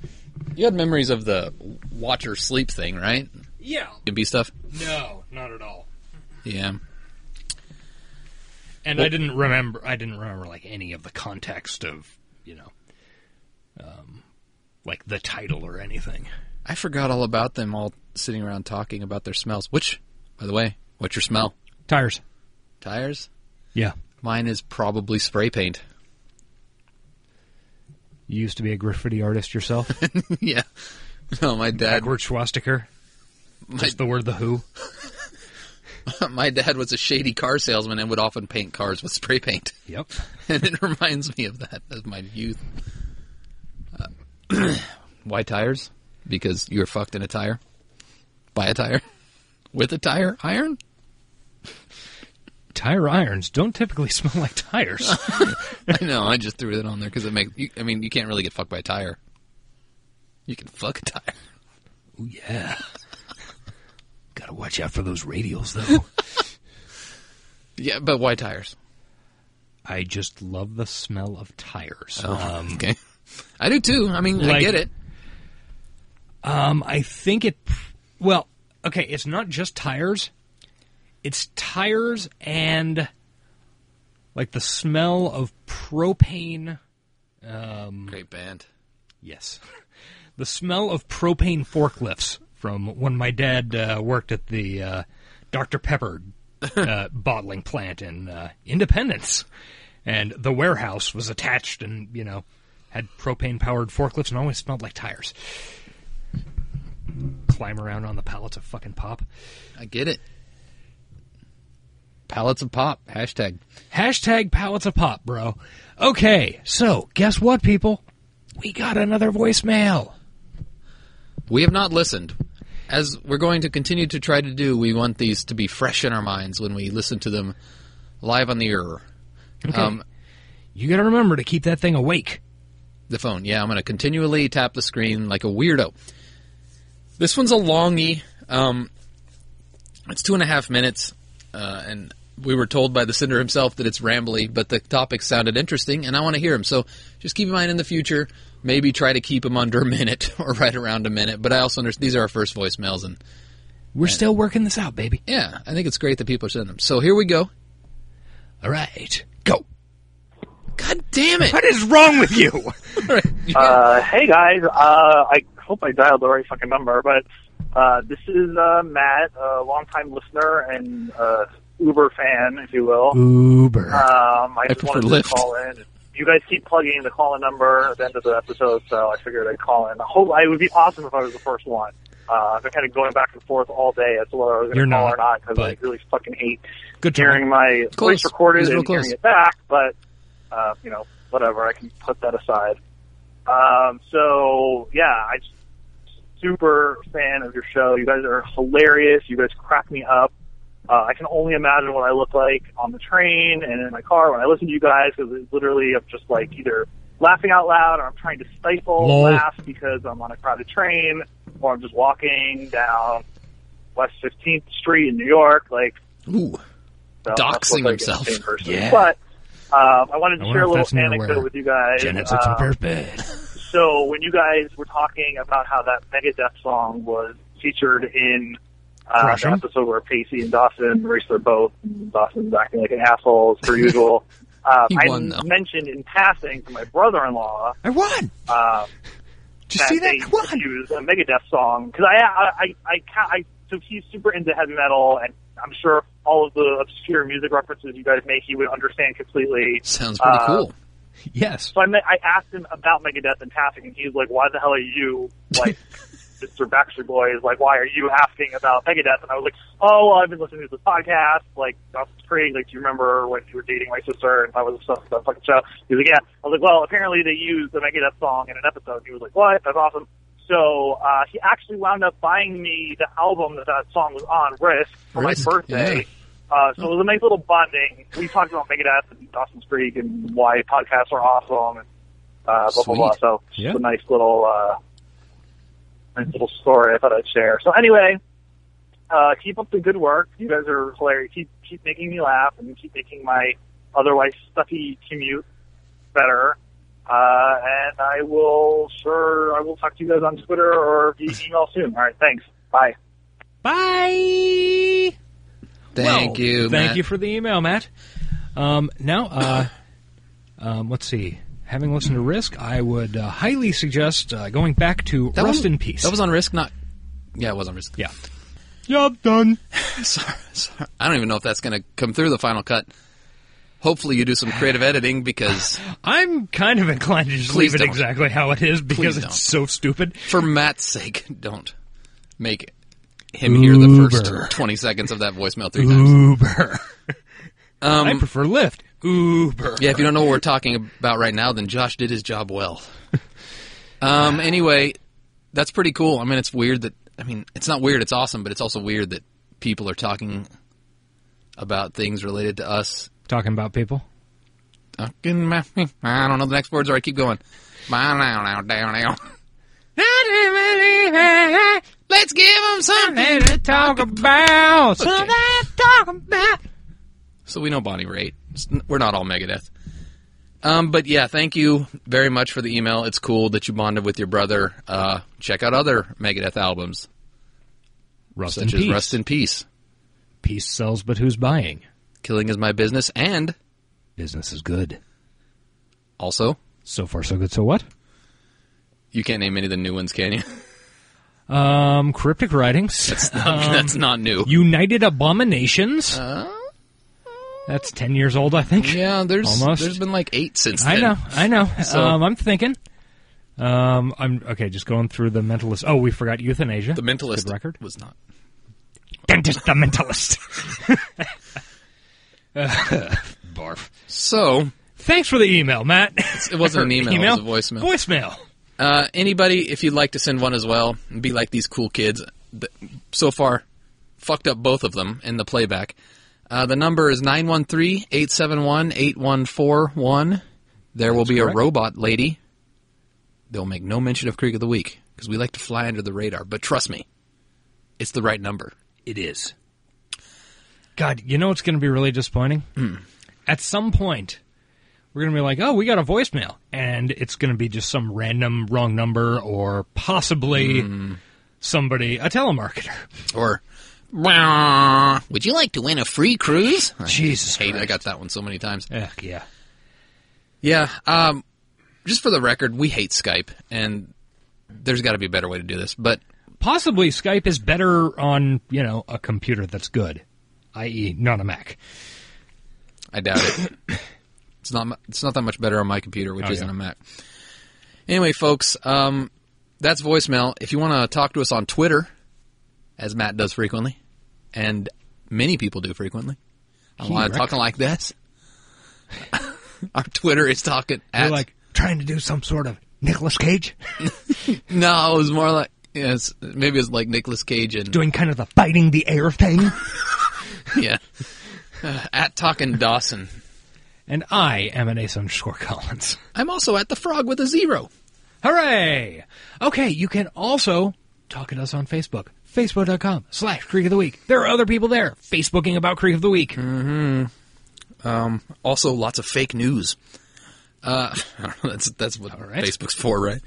Speaker 3: You had memories of the watcher sleep thing, right?
Speaker 2: Yeah.
Speaker 3: Could be stuff.
Speaker 2: No, not at all.
Speaker 3: Yeah.
Speaker 2: And I
Speaker 3: Well-
Speaker 2: didn't remember. I didn't remember like any of the context of you know, um, like the title or anything.
Speaker 3: I forgot all about them all sitting around talking about their smells. Which, by the way, what's your smell?
Speaker 2: Tires.
Speaker 3: Tires?
Speaker 2: Yeah.
Speaker 3: Mine is probably spray paint. [laughs]
Speaker 2: You used to be a graffiti artist [laughs] yourself.
Speaker 3: yeah. No, my dad.
Speaker 2: Edward Schwastiker. Just the word the Who.
Speaker 3: [laughs] my dad was a shady car salesman and would often paint cars with spray paint.
Speaker 2: Yep.
Speaker 3: [laughs] And it reminds me of that of my youth. Uh, [clears throat] why tires? Because you were fucked in a tire. Buy a tire [laughs] with a tire iron.
Speaker 2: Tire irons don't typically [laughs] smell like [laughs] tires.
Speaker 3: I know. I just threw that on there because it makes. You, I mean, you can't really get fucked by a tire. You can fuck a tire. [laughs]
Speaker 2: Ooh, Oh, yeah. Gotta watch out for those radials, though.
Speaker 3: Yeah, but why tires?
Speaker 2: [laughs] I just love the smell of tires.
Speaker 3: Oh, [laughs] okay. I do too. I mean, I
Speaker 2: like-
Speaker 3: get it.
Speaker 2: Um, I think it. Well, okay, it's not just tires. It's tires and like the smell of propane. Um,
Speaker 3: Great band.
Speaker 2: Yes, [laughs] the smell of propane forklifts from when my dad uh, worked at the uh, Dr Pepper uh, bottling plant in uh, Independence, and the warehouse was attached and you know had propane powered forklifts and always smelled like tires. Climb around on the pallets of fucking pop.
Speaker 3: I get it. Pallets of pop. Hashtag.
Speaker 2: Hashtag pallets of pop, bro. Okay, so guess what, people? We got another voicemail.
Speaker 3: We have not listened. As we're going to continue to try to do, we want these to be fresh in our minds when we listen to them live on the air.
Speaker 2: Okay.
Speaker 3: Um,
Speaker 2: you got to remember to keep that thing awake.
Speaker 3: The phone. Yeah, I'm going to continually tap the screen like a weirdo. This one's a longie. Um, it's two and a half minutes, uh, and we were told by the sender himself that it's rambly, but the topic sounded interesting, and I want to hear him. So just keep in mind in the future, maybe try to keep them under a minute [laughs] or right around a minute. But I also understand these are our first voicemails, and
Speaker 2: We're still working this out, baby.
Speaker 3: Yeah, I think it's great that people are sending them. So here we go.
Speaker 2: All right.
Speaker 3: God damn it!
Speaker 2: What is wrong with you?
Speaker 22: Uh, hey guys, uh, I hope I dialed the right fucking number, but uh, this is uh, Matt, a longtime listener and uh, Uber fan, if you will.
Speaker 2: Uber.
Speaker 22: Um, I
Speaker 2: Mm. I
Speaker 22: just
Speaker 2: prefer
Speaker 22: wanted
Speaker 2: Lyft.
Speaker 22: to call in. You guys keep plugging the call in number at the end of the episode, so I figured I'd call in. I hope it would be awesome if I was the first one. Uh, I've been kind of going back and forth all day as to whether I was
Speaker 2: You're
Speaker 22: going to call
Speaker 2: not,
Speaker 22: or not because I
Speaker 2: but-
Speaker 22: really fucking hate
Speaker 2: Good
Speaker 22: hearing my
Speaker 2: Close.
Speaker 22: voice recorded
Speaker 2: He's real
Speaker 22: and
Speaker 2: close.
Speaker 22: hearing it back, but uh, you know, whatever. I can put that aside. Um, so yeah, I just super fan of your show. You guys are hilarious. You guys crack me up. Uh, I can only imagine what I look like on the train and in my car when I listen to you guys because literally I'm just like either laughing out loud, or I'm trying to stifle
Speaker 2: Lol.
Speaker 22: laughs because I'm on a crowded train, or I'm just walking down West 15th Street in New York. Like,
Speaker 3: Ooh.
Speaker 22: so that's what
Speaker 3: Doxing
Speaker 22: I get
Speaker 3: himself.
Speaker 22: in person.
Speaker 3: Yeah.
Speaker 22: But um, I wanted to
Speaker 2: I wonder
Speaker 22: share a
Speaker 2: if
Speaker 22: little
Speaker 2: that's near where
Speaker 22: anecdote with you guys.
Speaker 2: Genetics
Speaker 22: Um,
Speaker 2: are perfect.
Speaker 22: so when you guys were talking about how that Megadeth song was featured in uh,
Speaker 2: Crush
Speaker 22: the
Speaker 2: 'em.
Speaker 22: episode where Pacey and Dawson raced their boat, Dawson's acting like an asshole
Speaker 2: [laughs]
Speaker 22: as per usual. Uh,
Speaker 2: He
Speaker 22: I
Speaker 2: won, though.
Speaker 22: mentioned in passing to my brother-in-law.
Speaker 2: I won.
Speaker 22: Um,
Speaker 2: Did you see that?
Speaker 22: They used a Megadeth song because I, I, I, I, ca- I, so he's super into heavy metal, and I'm sure all of the obscure music references you guys make, he would understand completely.
Speaker 3: Sounds pretty
Speaker 22: Uh,
Speaker 3: cool.
Speaker 2: Yes.
Speaker 22: so I met, I asked him about Megadeth and passing, and he's like, "Why the hell are you
Speaker 3: [laughs]
Speaker 22: like Mr. Backstreet Boys? Like, why are you asking about Megadeth?" And I was like, "Oh, well, I've been listening to this podcast. Like, Dawson's Creek. Like, do you remember when you were dating my sister and I was obsessed with that fucking show?" He was like, "Yeah." I was like, "Well, apparently they used the Megadeth song in an episode." And he was like, "What? That's awesome." So uh, he actually wound up buying me the album that that song was on, Risk, for
Speaker 3: Risk,
Speaker 22: my birthday.
Speaker 3: yeah.
Speaker 22: Uh, so it was a nice little bonding. We talked about Megadeth and Dawson's Creek and why podcasts are awesome and uh, blah, blah, blah.
Speaker 3: Sweet.
Speaker 22: So
Speaker 3: Yeah.
Speaker 22: it's a nice little, uh, nice little story I thought I'd share. So anyway, uh, keep up the good work. You guys are hilarious. Keep, keep making me laugh and keep making my otherwise stuffy commute better. Uh, and I will sure, I will talk to you guys on Twitter or via email soon. All right. Thanks. Bye.
Speaker 2: Bye.
Speaker 3: Thank
Speaker 2: Well,
Speaker 3: you,
Speaker 2: Thank
Speaker 3: Matt.
Speaker 2: you for the email, Matt. Um, now,
Speaker 3: [laughs]
Speaker 2: uh, um, let's see. Having listened to Risk, I would uh, highly suggest uh, going back to
Speaker 3: That
Speaker 2: Rest
Speaker 3: was-
Speaker 2: in Peace.
Speaker 3: That was on Risk, not. Yeah, it was on Risk. Yeah.
Speaker 2: Job done.
Speaker 3: sorry, sorry. I don't even know if that's going to come through the final cut. Hopefully, you do some creative
Speaker 2: [laughs]
Speaker 3: editing because
Speaker 2: I'm kind of inclined to just
Speaker 3: Please
Speaker 2: leave it
Speaker 3: don't.
Speaker 2: exactly how it is because
Speaker 3: Please
Speaker 2: it's
Speaker 3: don't.
Speaker 2: so stupid.
Speaker 3: For Matt's sake, don't make him hear the
Speaker 2: Uber.
Speaker 3: first twenty seconds of that voicemail three times.
Speaker 2: Uber.
Speaker 3: [laughs] Um,
Speaker 2: I prefer Lyft. Uber.
Speaker 3: Yeah, if you don't know what we're talking about right now, then Josh did his
Speaker 2: [laughs]
Speaker 3: job well. Um, anyway, that's pretty cool. I mean, it's weird that I mean, it's not weird, it's awesome, but it's also weird that people are talking about things related to us.
Speaker 2: Talking about people.
Speaker 3: Talking about me. I don't know the next words or I keep going. [laughs] Bow, now, now, down, now. Let's give them something to talk about. Something to talk about. So we know Bonnie Raitt. It's- We're not all Megadeth. Um, but yeah, thank you very much for the email. It's cool that you bonded with your brother. Uh, check out other Megadeth albums,
Speaker 2: Rust
Speaker 3: such
Speaker 2: in
Speaker 3: as
Speaker 2: Peace.
Speaker 3: Rust in Peace,
Speaker 2: Peace sells, but who's buying?
Speaker 3: Killing Is My Business, and
Speaker 2: Business is good.
Speaker 3: also
Speaker 2: So far, so good. So what?
Speaker 3: you can't name any of the new ones, can you? [laughs]
Speaker 2: Um, cryptic writings. That's Uh,
Speaker 3: not- that's
Speaker 2: Um,
Speaker 3: not new. Uh,
Speaker 2: United abominations. that's ten years old, I think.
Speaker 3: Yeah, there's
Speaker 2: Almost.
Speaker 3: there's been like eight since
Speaker 2: I
Speaker 3: then.
Speaker 2: know, I know.
Speaker 3: So-
Speaker 2: um, I'm thinking. Um, I'm okay. Just going through the mentalist. Oh, we forgot euthanasia. That's
Speaker 3: The
Speaker 2: a
Speaker 3: Mentalist
Speaker 2: good record.
Speaker 3: was not.
Speaker 2: Dentist the mentalist. Uh, barf.
Speaker 3: So
Speaker 2: Thanks for the email, Matt.
Speaker 3: it
Speaker 2: [laughs]
Speaker 3: wasn't an email,
Speaker 2: email.
Speaker 3: it was a voicemail.
Speaker 2: Voicemail.
Speaker 3: Uh, anybody, if you'd like to send one as well, and be like these cool kids. Th- So far, fucked up both of them in the playback. Uh, the number is 913-871-8141. There will be a
Speaker 2: correct.
Speaker 3: robot lady. They'll make no mention of Creek of the Week because we like to fly under the radar. But trust me, it's the right number. It is.
Speaker 2: God, you know what's going to be really disappointing? At some point, we're going to be like, oh, we got a voicemail. And it's going to be just some random wrong number or possibly somebody, a telemarketer.
Speaker 3: Or, "Wah, would you like to win a free cruise? I
Speaker 2: Jesus
Speaker 3: hate, I
Speaker 2: Christ.
Speaker 3: got that one so many times.
Speaker 2: Ugh, yeah.
Speaker 3: Yeah. Um, just for the record, we hate Skype, and there's got to be a better way to do this. But
Speaker 2: Possibly Skype is better on, you know, a computer that's good, i.e., not a Mac.
Speaker 3: I doubt it.
Speaker 2: [coughs]
Speaker 3: it's not. mu- It's not that much better on my computer, which
Speaker 2: Oh, yeah.
Speaker 3: isn't a Mac. Anyway, folks, um, that's voicemail. If you want to talk to us on Twitter, as Matt does frequently, and many people do frequently, I
Speaker 2: He
Speaker 3: want to
Speaker 2: reckons.
Speaker 3: talking like this. [laughs] Our Twitter is talking
Speaker 2: You're
Speaker 3: at
Speaker 2: like trying to do some sort of Nicolas Cage,
Speaker 3: no. It was more like yes, maybe it's like Nicolas Cage and
Speaker 2: doing kind of the fighting the air thing.
Speaker 3: yeah. Uh, at Talking Dawson.
Speaker 2: [laughs] and I am at Ace underscore Collins.
Speaker 3: I'm also at the Frog with a zero.
Speaker 2: Hooray! Okay, you can also talk at us on Facebook. Facebook.com slash Creek of the Week. There are other people there Facebooking about Creek of the Week.
Speaker 3: Mm-hmm. Um, also, lots of fake news. Uh, [laughs] I don't know, that's that's what Facebook's for, right?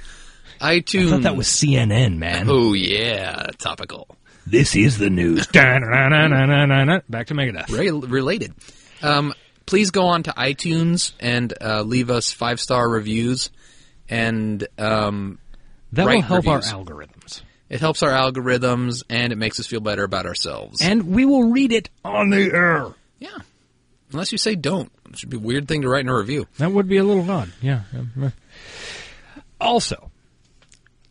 Speaker 3: iTunes.
Speaker 2: I thought that was CNN, man.
Speaker 3: Oh yeah, topical.
Speaker 2: This is the [laughs] news. Da-na-na-na-na-na-na. Back to Megadeth.
Speaker 3: Re- related. Um, please go on to iTunes and uh, leave us five star reviews and um,
Speaker 2: That will
Speaker 3: write
Speaker 2: help our
Speaker 3: reviews.
Speaker 2: algorithms.
Speaker 3: It helps our algorithms and it makes us feel better about ourselves.
Speaker 2: And we will read it on the air.
Speaker 3: Unless you say don't, it should be a weird thing to write in a review.
Speaker 2: That would be a little odd, yeah. Also,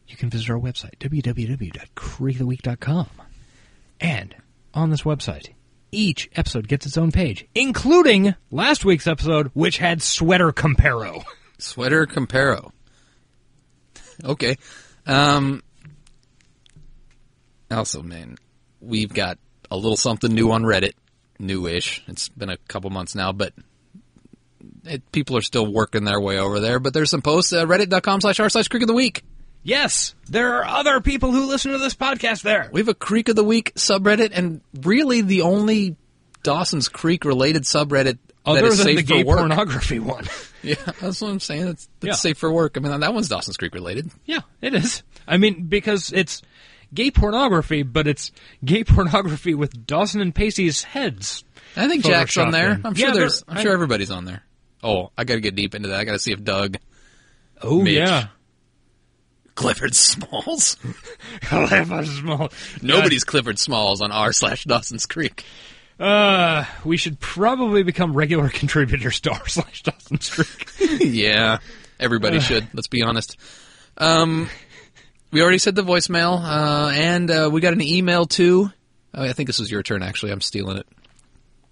Speaker 2: you can visit our website, www.creekoftheweek.com. And on this website, each episode gets its own page, including last week's episode, which had Sweater Comparo. [laughs]
Speaker 3: Sweater Comparo. Okay. Um, also, man, we've got a little something new on Reddit. New-ish. It's been a couple months now, but it, people are still working their way over there. But there's some posts at reddit.com slash r slash creek of the week.
Speaker 2: Yes, there are other people who listen to this podcast there.
Speaker 3: We have a Creek of the Week subreddit, and really the only Dawson's Creek related subreddit that
Speaker 2: Other
Speaker 3: is
Speaker 2: than
Speaker 3: safe
Speaker 2: the gay
Speaker 3: for work.
Speaker 2: pornography one.
Speaker 3: [laughs]
Speaker 2: [laughs]
Speaker 3: Yeah, that's what I'm saying. That's, that's
Speaker 2: Yeah.
Speaker 3: safe for work. I mean, that one's Dawson's Creek related.
Speaker 2: Yeah, it is. I mean, because it's gay pornography, but it's gay [laughs] pornography with Dawson and Pacey's heads.
Speaker 3: I think Jack's on there. I'm sure
Speaker 2: Yeah,
Speaker 3: there's.
Speaker 2: there-
Speaker 3: I'm sure everybody's on there. Oh, I got to get deep into that. I got to see if Doug. [laughs]
Speaker 2: Oh
Speaker 3: Mitch,
Speaker 2: yeah,
Speaker 3: Clifford Smalls.
Speaker 2: Clifford Smalls.
Speaker 3: Nobody's Clifford Smalls on r slash
Speaker 2: [laughs]
Speaker 3: Dawson's Creek.
Speaker 2: Uh, we should probably become regular [laughs] contributors to r slash Dawson's Creek.
Speaker 3: yeah, everybody should. Let's be honest. Um, we already said the voicemail, uh, and uh, we got an email too. Oh, I think this was your turn. Actually, I'm stealing it.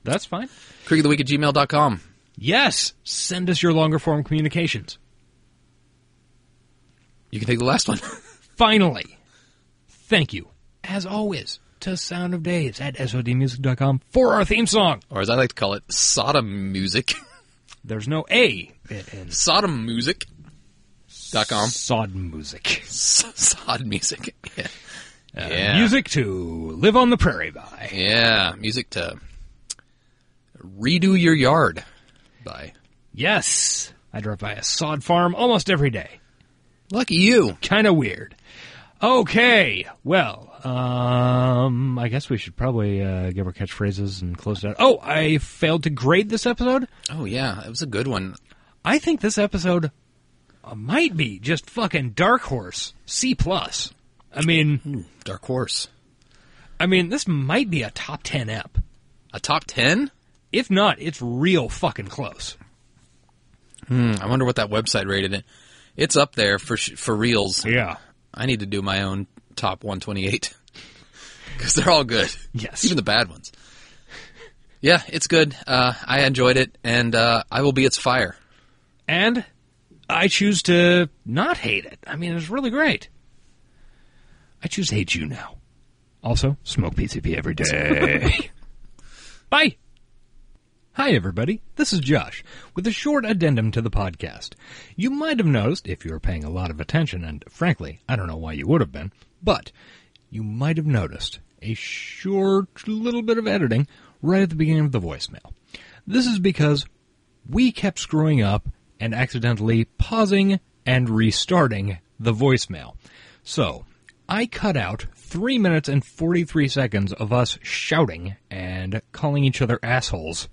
Speaker 2: That's fine.
Speaker 3: Creek of the Week at gmail.com.
Speaker 2: Yes, send us your longer form communications.
Speaker 3: You can take the last one. [laughs]
Speaker 2: Finally, thank you, as always, to Sound of Days at sodmusic.com for our theme song.
Speaker 3: or as I like to call it, Sodom Music. [laughs]
Speaker 2: There's no A.
Speaker 3: Sodom Music. Dot com.
Speaker 2: Sod music.
Speaker 3: [laughs] Sod music. [laughs] Yeah.
Speaker 2: Uh,
Speaker 3: yeah.
Speaker 2: Music to live on the prairie by.
Speaker 3: Yeah, music to redo your yard. Bye.
Speaker 2: Yes, I drive by a sod farm almost every day.
Speaker 3: Lucky you.
Speaker 2: Kind of weird. Okay, well, um, I guess we should probably uh, give our catchphrases and close it out. Oh, I failed to grade this episode.
Speaker 3: Oh yeah, it was a good one.
Speaker 2: I think this episode uh, might be just fucking dark horse C plus. I mean,
Speaker 3: dark horse.
Speaker 2: I mean, this might be a top ten ep.
Speaker 3: A top ten?
Speaker 2: If not, it's real fucking close.
Speaker 3: Hmm, I wonder what that website rated it. It's up there for sh- for reals.
Speaker 2: Yeah.
Speaker 3: I need to do my own top [laughs] 128 because they're all good.
Speaker 2: Yes.
Speaker 3: Even the bad ones. Yeah, it's good. Uh, I enjoyed it, and uh, I will be its fire.
Speaker 2: and I choose to not hate it. I mean, it's really great. I choose to hate you now. Also, smoke PCP every day. Bye. Hi, everybody. This is Josh with a short addendum to the podcast. You might have noticed, if you were paying a lot of attention, and frankly, I don't know why you would have been, but you might have noticed a short little bit of editing right at the beginning of the voicemail. This is because we kept screwing up and accidentally pausing and restarting the voicemail. So, I cut out 3 minutes and 43 seconds of us shouting and calling each other assholes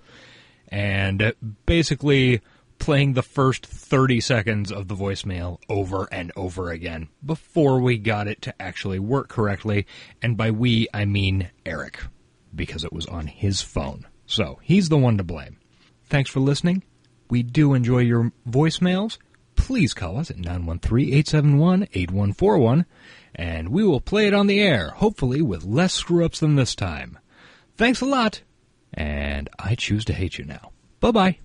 Speaker 2: and uh, basically playing the first 30 seconds of the voicemail over and over again before we got it to actually work correctly. And by we, I mean Eric, because it was on his phone. So he's the one to blame. Thanks for listening. We do enjoy your voicemails. Please call us at 913 871 8141 and we will play it on the air, hopefully with less screw ups than this time. Thanks a lot, and I choose to hate you now. Bye bye.